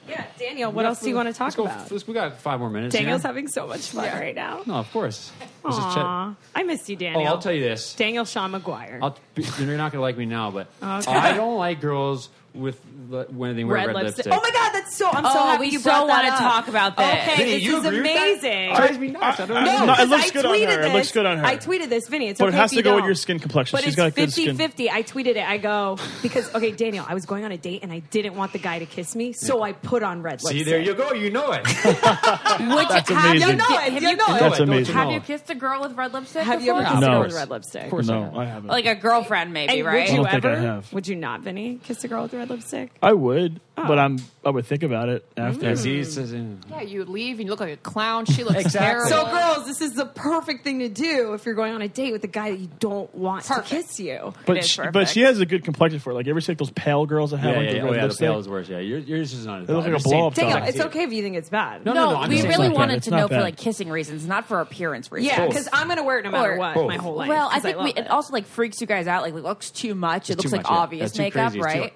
Speaker 6: Yeah, Daniel, what else do you want to talk
Speaker 5: Let's go,
Speaker 6: about?
Speaker 5: let's- we got five more minutes.
Speaker 6: Daniel's
Speaker 5: here.
Speaker 6: having so much fun right now.
Speaker 5: No, of course. Let's just check-
Speaker 6: Aw, I missed you,
Speaker 5: Oh,
Speaker 6: Daniel.
Speaker 5: I'll tell you this.
Speaker 6: Daniel Shawn McGuire.
Speaker 5: I'll, you're not gonna like me now, but I don't like girls with li- when they wear red, lipstick.
Speaker 6: Oh my God, that's so. I'm so
Speaker 3: Oh,
Speaker 6: happy
Speaker 3: we
Speaker 6: you
Speaker 3: so
Speaker 6: brought that
Speaker 3: wanna
Speaker 6: up.
Speaker 3: talk about this.
Speaker 6: Okay,
Speaker 5: Vinny,
Speaker 6: this
Speaker 5: you
Speaker 6: is
Speaker 5: agree with that?
Speaker 6: amazing.
Speaker 5: Drives me nuts. I don't
Speaker 4: I-
Speaker 5: know.
Speaker 4: No, it
Speaker 6: because
Speaker 4: looks
Speaker 6: I
Speaker 4: good on
Speaker 6: tweeted
Speaker 4: her. It
Speaker 6: This.
Speaker 4: looks good on her.
Speaker 6: I tweeted this, Vinny. It's
Speaker 4: But it
Speaker 6: okay
Speaker 4: has
Speaker 6: if
Speaker 4: to
Speaker 6: you
Speaker 4: go with
Speaker 6: don't.
Speaker 4: your skin complexion.
Speaker 6: But
Speaker 4: She's
Speaker 6: it's
Speaker 4: got good
Speaker 6: 50
Speaker 4: skin.
Speaker 6: 50. I tweeted it. I go, because, okay, Daniel, I was going on a date and I didn't want the guy to kiss me, so I put on red
Speaker 5: See,
Speaker 6: lipstick.
Speaker 5: there you go. You know it.
Speaker 3: Which
Speaker 4: That's
Speaker 3: have you
Speaker 4: amazing.
Speaker 3: know
Speaker 6: Have you know
Speaker 4: That's
Speaker 5: Don't you
Speaker 4: amazing.
Speaker 5: know
Speaker 3: Have you
Speaker 5: it?
Speaker 3: kissed a girl with red lipstick?
Speaker 6: Have you ever
Speaker 3: before?
Speaker 6: kissed a
Speaker 4: No.
Speaker 6: girl with red lipstick?
Speaker 5: Of course
Speaker 4: No,
Speaker 5: I,
Speaker 4: I
Speaker 5: have.
Speaker 4: haven't.
Speaker 3: Like a girlfriend, maybe,
Speaker 6: And
Speaker 3: right?
Speaker 6: Would you
Speaker 4: don't think I
Speaker 6: ever?
Speaker 4: have.
Speaker 6: Would you not, Vinny, kiss a girl with red lipstick?
Speaker 4: I would, but I'm. I would think about it after.
Speaker 5: Yeah, see, it's- it's-
Speaker 7: Yeah, you leave and you look like a clown. She looks
Speaker 5: Exactly.
Speaker 6: So,
Speaker 7: terrible.
Speaker 6: girls, this is the perfect thing to do if you're going on a date with a guy that you don't want
Speaker 7: Perfect.
Speaker 6: to kiss you.
Speaker 4: But
Speaker 3: It is
Speaker 4: she, but
Speaker 3: perfect.
Speaker 4: she has a good complexion for it. Like ever see like those pale girls that have
Speaker 5: Yeah,
Speaker 4: like
Speaker 5: yeah,
Speaker 4: the
Speaker 5: yeah.
Speaker 4: red
Speaker 5: Oh, yeah, the
Speaker 4: lipstick.
Speaker 5: pale is worse. Yeah, yours, yours is not. as
Speaker 4: looks
Speaker 5: bad.
Speaker 4: like a
Speaker 5: I'm just saying-
Speaker 4: blow-up doll.
Speaker 6: Daniel,
Speaker 4: I
Speaker 6: it's okay if you think it's bad.
Speaker 5: No, no,
Speaker 3: No,
Speaker 5: no. I'm
Speaker 3: we
Speaker 5: just saying-
Speaker 3: really
Speaker 4: not bad.
Speaker 3: wanted
Speaker 4: It's
Speaker 3: to
Speaker 4: not
Speaker 3: know for
Speaker 4: bad.
Speaker 3: like kissing reasons, not for appearance reasons.
Speaker 6: Yeah, because I'm going to wear it no matter
Speaker 3: Or-
Speaker 6: what my whole life.
Speaker 3: Well, I
Speaker 6: 'cause
Speaker 3: think
Speaker 6: love
Speaker 3: we,
Speaker 6: it.
Speaker 3: it also like freaks you guys out. Like, it looks too much. It
Speaker 5: It's
Speaker 3: looks
Speaker 5: too
Speaker 3: like
Speaker 5: much, yeah.
Speaker 3: obvious
Speaker 5: That's too
Speaker 3: makeup,
Speaker 5: crazy. It's too-
Speaker 3: right?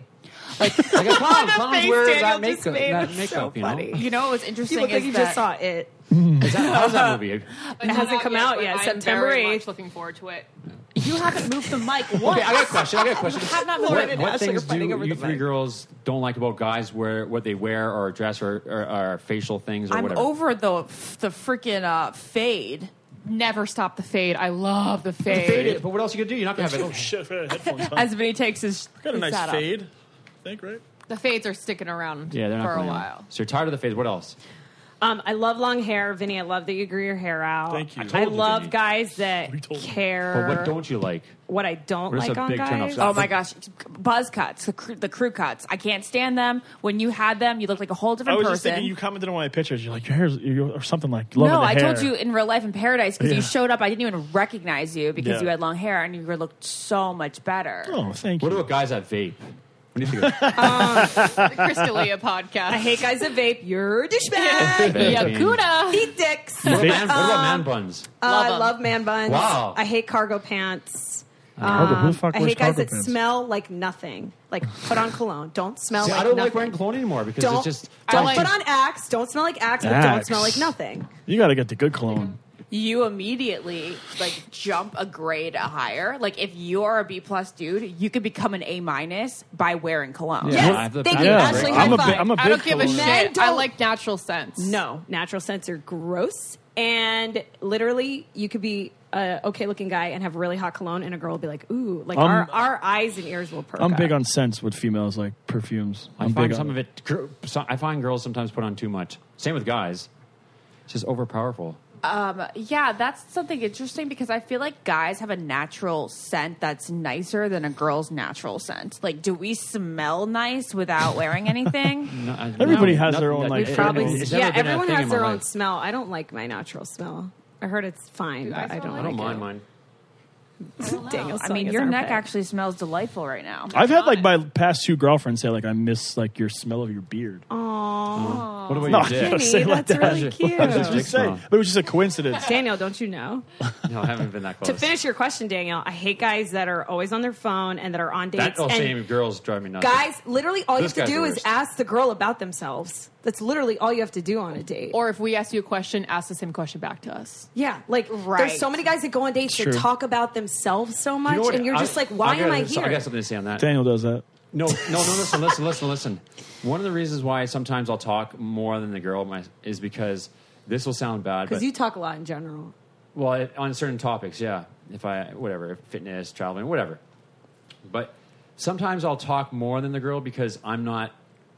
Speaker 5: Like a clown. Clowns
Speaker 3: face
Speaker 5: wear
Speaker 3: Daniel just
Speaker 5: that makeup.
Speaker 3: made.
Speaker 5: That
Speaker 3: It's
Speaker 5: makeup, you know.
Speaker 3: You know what was interesting
Speaker 6: People think
Speaker 3: is
Speaker 6: you
Speaker 3: that
Speaker 6: just saw it.
Speaker 5: Is that- How's that movie?
Speaker 6: It hasn't come out yet. September 8th.
Speaker 7: looking forward to it.
Speaker 3: you haven't moved the mic once.
Speaker 5: Okay, I got a question. I got a question.
Speaker 6: Have not
Speaker 5: What,
Speaker 6: voted.
Speaker 5: what
Speaker 6: Ashley,
Speaker 5: things
Speaker 6: you're
Speaker 5: do
Speaker 6: fighting
Speaker 5: you
Speaker 6: over the
Speaker 5: three
Speaker 6: mic.
Speaker 5: girls don't like about guys? Where what they wear or dress or, or, or facial things or
Speaker 3: I'm
Speaker 5: whatever?
Speaker 3: over the the freaking uh, fade.
Speaker 7: Never stop the fade. I love the fade.
Speaker 5: Fade it, But what else you gonna do? You're not gonna have
Speaker 4: Oh
Speaker 5: it.
Speaker 4: shit! I forgot I had headphones on.
Speaker 3: As Vinny takes his
Speaker 4: got a
Speaker 3: his
Speaker 4: nice
Speaker 3: hat off.
Speaker 4: fade. I think right.
Speaker 7: The fades are sticking around
Speaker 5: Yeah, they're not
Speaker 7: for a
Speaker 5: playing.
Speaker 7: while.
Speaker 5: So you're tired of the fades. What else?
Speaker 6: Um, I love long hair, Vinny. I love that you grew your hair out.
Speaker 4: Thank you. I
Speaker 6: I,
Speaker 5: told you,
Speaker 6: love
Speaker 5: Vinny.
Speaker 6: guys
Speaker 3: uh,
Speaker 6: that
Speaker 4: We told you.
Speaker 6: care.
Speaker 5: But what don't you like?
Speaker 6: what I don't
Speaker 5: What is
Speaker 6: like
Speaker 5: a
Speaker 6: on
Speaker 5: big turn-off
Speaker 6: guys.
Speaker 5: to that?
Speaker 3: Oh my gosh, buzz cuts, the crew, the crew cuts. I can't stand them. When you had them, you looked like a whole
Speaker 4: I
Speaker 3: different
Speaker 4: was
Speaker 3: person.
Speaker 4: just thinking you commented on my pictures. You're like your hair's you or something like loving
Speaker 3: no,
Speaker 4: the
Speaker 3: I
Speaker 4: hair.
Speaker 3: told you in real life in paradise because
Speaker 4: Yeah.
Speaker 3: you showed up. I didn't even recognize you because
Speaker 4: Yeah.
Speaker 3: you had long hair and you looked so much better.
Speaker 4: Oh, thank
Speaker 5: What
Speaker 4: you.
Speaker 5: about guys that vape? What do you think? of that?
Speaker 7: The Crystalia podcast.
Speaker 6: I hate guys that vape. You're a douchebag.
Speaker 7: Yakuna.
Speaker 6: Eat dicks.
Speaker 5: What about, man, what about man buns?
Speaker 6: Uh, I
Speaker 7: 'em.
Speaker 6: love man buns.
Speaker 5: Wow.
Speaker 6: I hate cargo pants.
Speaker 4: Cargo, who the fuck
Speaker 6: I
Speaker 4: wears
Speaker 6: hate guys
Speaker 4: cargo
Speaker 6: that
Speaker 4: pants?
Speaker 6: smell like nothing. Like put on cologne. Don't smell
Speaker 5: See,
Speaker 6: like
Speaker 5: I don't
Speaker 6: nothing.
Speaker 5: like wearing cologne anymore because
Speaker 6: Don't,
Speaker 5: it's just.
Speaker 6: don't
Speaker 7: like-
Speaker 6: put on Axe. Don't smell like Axe, but don't
Speaker 4: Axe.
Speaker 6: smell like nothing.
Speaker 4: You got to get the good cologne.
Speaker 3: you immediately like jump a grade higher. Like if you're a B plus dude, you could become an A minus by wearing cologne.
Speaker 5: Yeah.
Speaker 6: Yes,
Speaker 5: I have the-
Speaker 6: thank
Speaker 5: I
Speaker 6: you,
Speaker 5: have the
Speaker 6: Ashley.
Speaker 5: great-
Speaker 6: high
Speaker 4: I'm a
Speaker 6: five.
Speaker 4: big- I'm a
Speaker 7: I don't
Speaker 4: big
Speaker 7: give a
Speaker 4: cologne.
Speaker 6: Men
Speaker 7: shit. I
Speaker 6: don't-
Speaker 7: like natural scents.
Speaker 6: No, natural scents are gross. And literally, you could be a okay looking guy and have really hot cologne, and a girl will be like, ooh, like
Speaker 4: I'm-
Speaker 6: our, our eyes and ears will perk.
Speaker 4: I'm
Speaker 6: up.
Speaker 4: big on scents with females, like perfumes.
Speaker 5: I
Speaker 4: I'm
Speaker 5: find
Speaker 4: big
Speaker 5: some
Speaker 4: on
Speaker 5: of it. gr- so- I find girls sometimes put on too much. Same with guys. It's just overpowerful.
Speaker 3: Yeah, that's something interesting because I feel like guys have a natural scent that's nicer than a girl's natural scent. Like, do we smell nice without wearing anything?
Speaker 5: No, I-
Speaker 4: Everybody
Speaker 5: no,
Speaker 4: has
Speaker 5: nothing
Speaker 4: their own,
Speaker 5: that-
Speaker 4: like,
Speaker 5: it-
Speaker 6: Probably,
Speaker 5: it's never
Speaker 6: yeah,
Speaker 5: been a
Speaker 6: everyone
Speaker 5: thing
Speaker 6: has
Speaker 5: in
Speaker 6: their
Speaker 5: my
Speaker 6: own
Speaker 5: life.
Speaker 6: smell. I don't like my natural smell. I heard it's fine, but I don't,
Speaker 5: I don't mind mine.
Speaker 6: it. Daniel's
Speaker 3: I
Speaker 6: smelling
Speaker 3: mean,
Speaker 6: his
Speaker 3: your neck
Speaker 6: armpit.
Speaker 3: actually smells delightful right now.
Speaker 4: I've had like my past two girlfriends say like I miss like your smell of your beard.
Speaker 5: What about
Speaker 4: No,
Speaker 5: your
Speaker 4: I
Speaker 5: dick?
Speaker 4: gotta say it like
Speaker 6: that's
Speaker 4: that.
Speaker 6: really
Speaker 5: How's your
Speaker 6: cute.
Speaker 5: dick
Speaker 4: Just say,
Speaker 5: smell?
Speaker 4: but it was just a coincidence.
Speaker 6: Daniel, don't you know?
Speaker 5: No, I haven't been that close.
Speaker 6: to finish your question, Daniel, I hate guys that are always on their phone and that are on dates.
Speaker 5: that oh,
Speaker 6: and
Speaker 5: same girls drive me nuts.
Speaker 6: guys, literally all you
Speaker 5: Those
Speaker 6: have to
Speaker 5: guys are
Speaker 6: do
Speaker 5: the
Speaker 6: is
Speaker 5: worst.
Speaker 6: ask the girl about themselves. That's literally all you have to do on a date.
Speaker 7: Or if we ask you a question, ask the same question back to us.
Speaker 6: yeah, like
Speaker 3: Right.
Speaker 6: there's so many guys that go on dates that
Speaker 4: True.
Speaker 6: talk about themselves so much,
Speaker 5: You know what?
Speaker 6: and you're
Speaker 5: I-
Speaker 6: just like, why
Speaker 5: got-
Speaker 6: am I here?
Speaker 5: I got something to say on that.
Speaker 4: Daniel does that.
Speaker 5: No, no, no. Listen, listen, listen, listen. One of the reasons why sometimes I'll talk more than the girl my, is because this will sound bad,
Speaker 6: Because
Speaker 5: but
Speaker 6: you talk a lot in general.
Speaker 5: well it, on certain topics yeah if i whatever fitness traveling whatever but sometimes i'll talk more than the girl because i'm not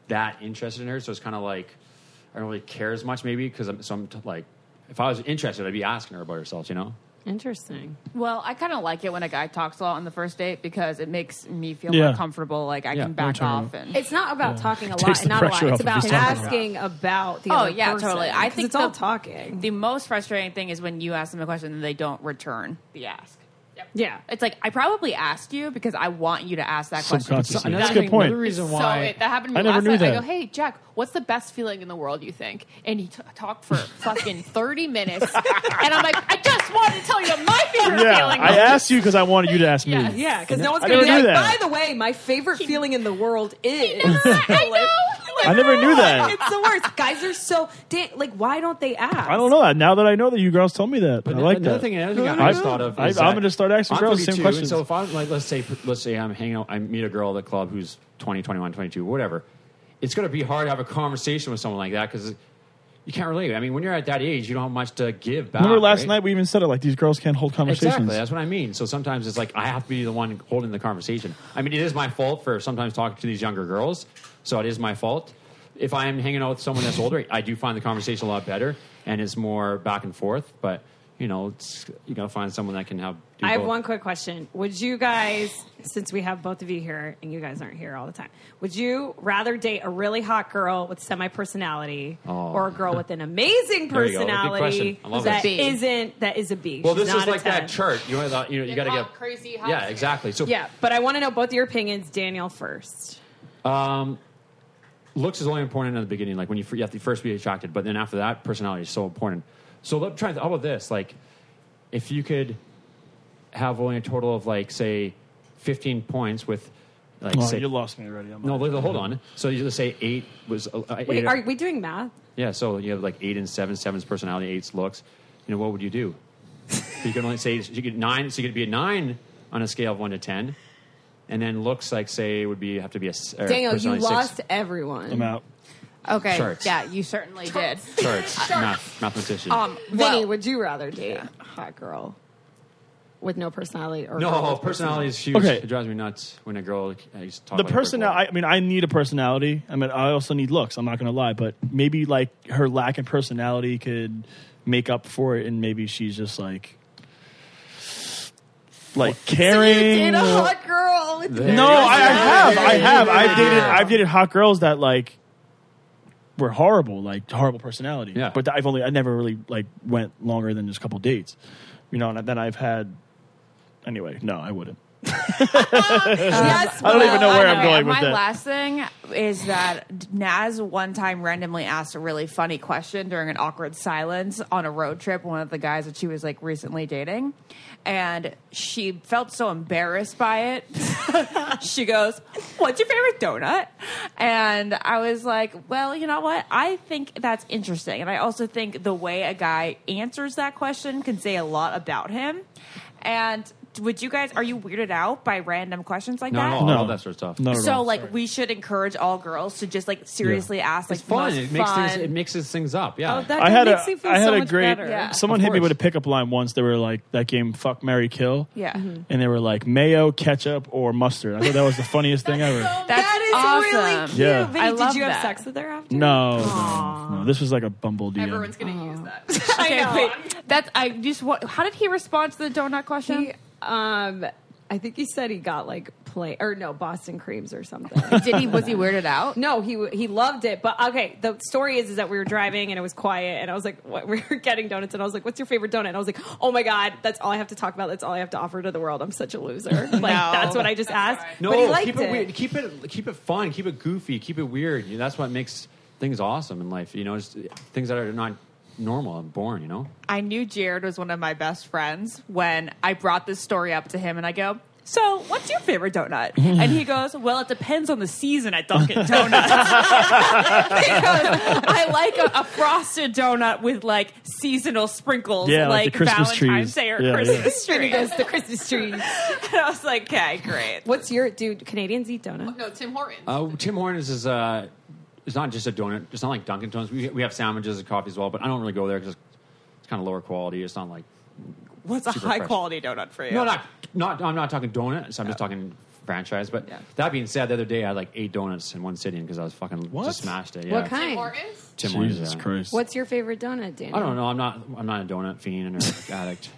Speaker 5: that interested in her so it's kind of like i don't really care as much maybe because i'm so i'm t- like if i was interested i'd be asking her about herself you know
Speaker 6: Interesting.
Speaker 3: Well, I kind of like it when a guy talks a lot on the first date because it makes me feel
Speaker 4: Yeah.
Speaker 3: more comfortable. Like I
Speaker 5: Yeah,
Speaker 3: can
Speaker 5: no,
Speaker 3: back
Speaker 4: totally.
Speaker 3: off and
Speaker 6: It's not about talking a
Speaker 4: Takes
Speaker 6: lot
Speaker 4: the
Speaker 6: and not a lot.
Speaker 4: pressure
Speaker 6: It's
Speaker 4: off if
Speaker 6: about
Speaker 4: he's talking.
Speaker 6: asking about the
Speaker 3: Oh,
Speaker 6: other
Speaker 3: yeah,
Speaker 6: person,
Speaker 3: totally. I
Speaker 6: 'cause
Speaker 3: think
Speaker 6: it's all
Speaker 3: the-
Speaker 6: talking.
Speaker 3: the most frustrating thing is when you ask them a question and they don't return the ask.
Speaker 6: yeah.
Speaker 3: It's like I probably asked you because I want you to ask that question.
Speaker 4: Subconsciously.
Speaker 5: another
Speaker 4: That's a good
Speaker 5: thing-
Speaker 4: point.
Speaker 5: another reason
Speaker 7: So
Speaker 5: why
Speaker 7: it, that happened to me
Speaker 4: I never
Speaker 7: last
Speaker 4: knew
Speaker 7: night. I
Speaker 4: that.
Speaker 7: go, hey, Jack, what's the best feeling in the world, you think? And he t- talked for fucking 30 minutes. And I'm like, I just wanted to tell you what my favorite
Speaker 4: Yeah,
Speaker 7: feeling
Speaker 4: I asked you because I wanted you to ask me.
Speaker 7: Yes.
Speaker 6: Yeah, because no one's
Speaker 4: I
Speaker 6: going to be
Speaker 4: never
Speaker 6: like,
Speaker 4: knew
Speaker 6: by
Speaker 4: that.
Speaker 6: the way, my favorite feeling in the world is.
Speaker 7: I know. Like,
Speaker 4: I never knew that.
Speaker 6: it's the worst. Guys are so. da- Like, why don't they ask?
Speaker 4: I don't know that. Now that I know that you girls told me that, I like
Speaker 5: another
Speaker 4: that.
Speaker 5: thing, another thing
Speaker 4: I
Speaker 5: I
Speaker 4: know.
Speaker 5: just thought of.
Speaker 4: I-
Speaker 5: is
Speaker 4: I'm
Speaker 5: that
Speaker 4: gonna start asking
Speaker 5: I'm
Speaker 4: girls the same
Speaker 5: 32, and
Speaker 4: questions.
Speaker 5: So if I'm like, let's say, let's say I'm hanging out, I meet a girl at the club who's 20, 21, 22, whatever. It's going to be hard to have a conversation with someone like that because you can't relate. I mean, when you're at that age, you don't have much to give back.
Speaker 4: Remember last
Speaker 5: right?
Speaker 4: night we even said it like these girls can't hold conversations.
Speaker 5: Exactly, that's what I mean. So sometimes it's like I have to be the one holding the conversation. I mean, it is my fault for sometimes talking to these younger girls, so it is my fault. If I am hanging out with someone that's older, I do find the conversation a lot better and it's more back and forth. But you know, it's, you got to find someone that can have. do
Speaker 6: I have
Speaker 5: both.
Speaker 6: one quick question. Would you guys, since we have both of you here and you guys aren't here all the time, would you rather date a really hot girl with semi personality
Speaker 5: Oh.
Speaker 6: or a girl with an amazing
Speaker 5: There you go. Good
Speaker 6: personality
Speaker 5: question. I love
Speaker 6: that
Speaker 5: it.
Speaker 6: isn't that is a B?
Speaker 5: Well,
Speaker 6: She's
Speaker 5: this is
Speaker 6: not a
Speaker 5: like that
Speaker 6: 10.
Speaker 5: chart. You know, the- you, know, you got to
Speaker 7: hot,
Speaker 5: get
Speaker 7: crazy, hot
Speaker 5: Yeah,
Speaker 7: scale.
Speaker 5: exactly. So
Speaker 6: Yeah, but I want to know both your opinions, Daniel first.
Speaker 5: looks is only important in the beginning. Like when you, fir- you have to first be attracted, but then after that, personality is so important. So let try. How about this? Like, if you could have only a total of like say fifteen points with like
Speaker 4: Oh,
Speaker 5: say
Speaker 4: you lost me already. I'm
Speaker 5: no,
Speaker 4: like-
Speaker 5: look, hold on. So you just say eight was uh, uh,
Speaker 6: Wait,
Speaker 5: eight-
Speaker 6: are we doing math?
Speaker 5: yeah. So you have like eight and seven. Seven's personality, eight's looks. You know what would you do? you can only say you get nine. So you could be a nine on a scale of one to ten. And then looks like say would be have to be a s- or
Speaker 6: Daniel, you
Speaker 5: personality six.
Speaker 6: lost
Speaker 4: I'm
Speaker 6: everyone.
Speaker 4: out.
Speaker 3: Okay,
Speaker 5: Charts.
Speaker 3: yeah, you certainly did.
Speaker 5: Charts, math, mathematician.
Speaker 3: Um,
Speaker 6: Vinny,
Speaker 3: well,
Speaker 6: would you rather date a hot girl with no personality or a girl
Speaker 5: No,
Speaker 6: with
Speaker 5: personality is huge.
Speaker 4: Okay.
Speaker 5: It drives me nuts when a girl is
Speaker 4: The
Speaker 5: talking.
Speaker 4: personality. I mean, I need a personality. I mean, I also need looks. I'm not going to lie, but maybe like her lack in personality could make up for it, and maybe she's just like, like caring.
Speaker 3: did a hot girl with
Speaker 4: no, I, I have, I have, I've dated, I've dated hot girls that like were horrible, like horrible personality.
Speaker 5: Yeah.
Speaker 4: but I've only, I never really like went longer than just a couple dates, you know. And then I've had, anyway. No, I wouldn't.
Speaker 3: yes,
Speaker 4: I don't even know where
Speaker 3: I
Speaker 4: I'm going with
Speaker 3: My
Speaker 4: that.
Speaker 3: last thing is that Naz one time randomly asked a really funny question during an awkward silence on a road trip. One of the guys that she was like recently dating, and she felt so embarrassed by it. she goes, "What's your favorite donut?" And I was like, "Well, you know what? I think that's interesting, and I also think the way a guy answers that question can say a lot about him." And would you guys are you weirded out by random questions like
Speaker 5: No,
Speaker 3: that?
Speaker 5: no, I love that sort of stuff.
Speaker 4: Not at all.
Speaker 3: So like we should encourage all girls to just like seriously ask like
Speaker 5: it's fun.
Speaker 3: the most
Speaker 5: It makes
Speaker 3: fun.
Speaker 5: things. It mixes things up. Yeah.
Speaker 6: Oh, that
Speaker 4: I had
Speaker 6: makes
Speaker 4: a-
Speaker 6: me feel
Speaker 4: I had
Speaker 6: so
Speaker 4: a
Speaker 6: much
Speaker 4: great-
Speaker 6: better.
Speaker 3: Yeah.
Speaker 4: Someone
Speaker 5: Of
Speaker 4: hit me
Speaker 5: course.
Speaker 4: with a pickup line once. They were like that game, fuck, Mary kill.
Speaker 3: yeah.
Speaker 4: And they were like mayo, ketchup, or mustard. I thought that was the funniest thing ever.
Speaker 3: That's
Speaker 6: That is really
Speaker 3: awesome.
Speaker 6: cute.
Speaker 4: Yeah.
Speaker 6: Vinny,
Speaker 3: I love
Speaker 6: did you have
Speaker 3: that.
Speaker 6: sex with her after?
Speaker 4: no, no, no, this was like a bumble DM.
Speaker 7: Everyone's going
Speaker 3: Oh.
Speaker 7: to use that.
Speaker 3: Okay, wait. That's I just what how did he respond to the donut question?
Speaker 6: He, um, I think he said he got like play or no Boston creams or something.
Speaker 3: did he was he weirded out?
Speaker 6: no, he he loved it. But okay, the story is is that we were driving and it was quiet, and I was like, what, we were getting donuts, and I was like, what's your favorite donut? And I was like, oh my god, that's all I have to talk about. That's all I have to offer to the world. I'm such a loser. Like that's what I just asked.
Speaker 5: no,
Speaker 6: but he liked
Speaker 5: keep it, weird. Keep it. Keep it fun. Keep it goofy. Keep it weird. You know, that's what makes things awesome in life. You know, it's things that are not normal and boring. You know.
Speaker 3: I knew Jared was one of my best friends when I brought this story up to him and I go, So, what's your favorite donut? And he goes, Well, it depends on the season at Dunkin' Donuts. he goes, I like a, a frosted donut with like seasonal sprinkles,
Speaker 4: Yeah, like
Speaker 3: like,
Speaker 4: the Christmas
Speaker 3: Valentine's
Speaker 4: trees.
Speaker 3: Day or
Speaker 4: Yeah, yeah.
Speaker 3: Christmas
Speaker 6: He
Speaker 3: tree.
Speaker 6: goes to the Christmas tree.
Speaker 3: And I was like, Okay, great.
Speaker 6: What's your dude? Canadians eat donuts.
Speaker 7: No, Tim Hortons.
Speaker 5: Uh, Tim Hortons is uh, it's not just a donut. It's not like Dunkin' Donuts. We, we have sandwiches and coffee as well, but I don't really go there because it's kind of lower quality. It's not like
Speaker 7: What's a
Speaker 5: Super
Speaker 7: high
Speaker 5: fresh.
Speaker 7: quality donut for you?
Speaker 5: No, not not. I'm not talking donuts. I'm just talking franchise. But that being said, the other day I had like eight donuts in one sitting because I was fucking
Speaker 4: What?
Speaker 5: just smashed it. Yeah.
Speaker 6: What kind?
Speaker 5: Tim Hortons,
Speaker 4: Jesus
Speaker 5: yeah.
Speaker 4: Christ.
Speaker 6: What's your favorite donut, Danny?
Speaker 5: I don't know. I'm not. I'm not a donut fiend or addict.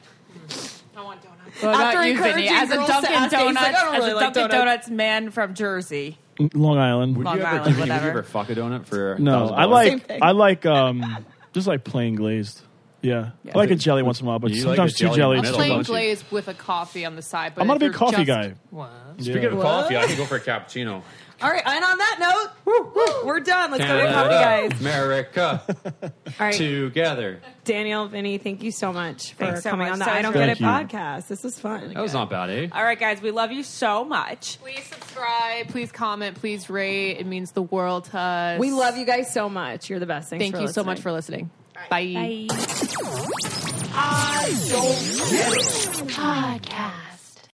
Speaker 7: After encouraging
Speaker 3: as a
Speaker 7: girls to
Speaker 3: Dunkin'
Speaker 7: ask, he's
Speaker 3: Donuts,
Speaker 7: like, I don't
Speaker 3: as
Speaker 7: really
Speaker 3: a
Speaker 7: like
Speaker 3: Dunkin'
Speaker 7: donuts.
Speaker 3: Donuts man from Jersey.
Speaker 4: Long Island.
Speaker 5: Would you, ever,
Speaker 3: Island,
Speaker 5: would you
Speaker 3: whatever.
Speaker 5: ever fuck a donut for?
Speaker 4: No,
Speaker 5: $1,000?
Speaker 4: I like I like um just like plain glazed. Yeah, I like a jelly once in a while, but
Speaker 5: You like a
Speaker 4: sometimes two
Speaker 5: jelly
Speaker 4: jelly.
Speaker 5: in
Speaker 10: A
Speaker 5: the middle,
Speaker 10: plain
Speaker 5: don't you?
Speaker 10: glaze with a coffee on the side. But
Speaker 4: I'm not a
Speaker 10: if
Speaker 4: big
Speaker 10: you're
Speaker 4: coffee
Speaker 10: just-
Speaker 4: guy.
Speaker 10: What?
Speaker 5: Speaking of coffee, I can go for a cappuccino.
Speaker 3: All right, and on that note, woo, woo, we're done. Let's go to coffee, guys.
Speaker 5: Canada, America
Speaker 6: All right,
Speaker 5: together.
Speaker 6: Daniel, Vinny, thank you so much for
Speaker 3: Thanks so
Speaker 6: coming
Speaker 3: much.
Speaker 6: on the
Speaker 3: So
Speaker 6: I Don't Get
Speaker 4: Thank
Speaker 6: It
Speaker 4: you.
Speaker 6: podcast. This was fun.
Speaker 5: That was not bad, eh?
Speaker 3: All right, guys, we love you so much.
Speaker 10: Please subscribe. Please comment. Please rate. It means the world to us.
Speaker 6: We love you guys so much. You're the best. Thanks
Speaker 10: Thank
Speaker 6: for
Speaker 10: you so much
Speaker 6: listening.
Speaker 10: for listening. Bye.
Speaker 6: Bye.
Speaker 10: Podcast.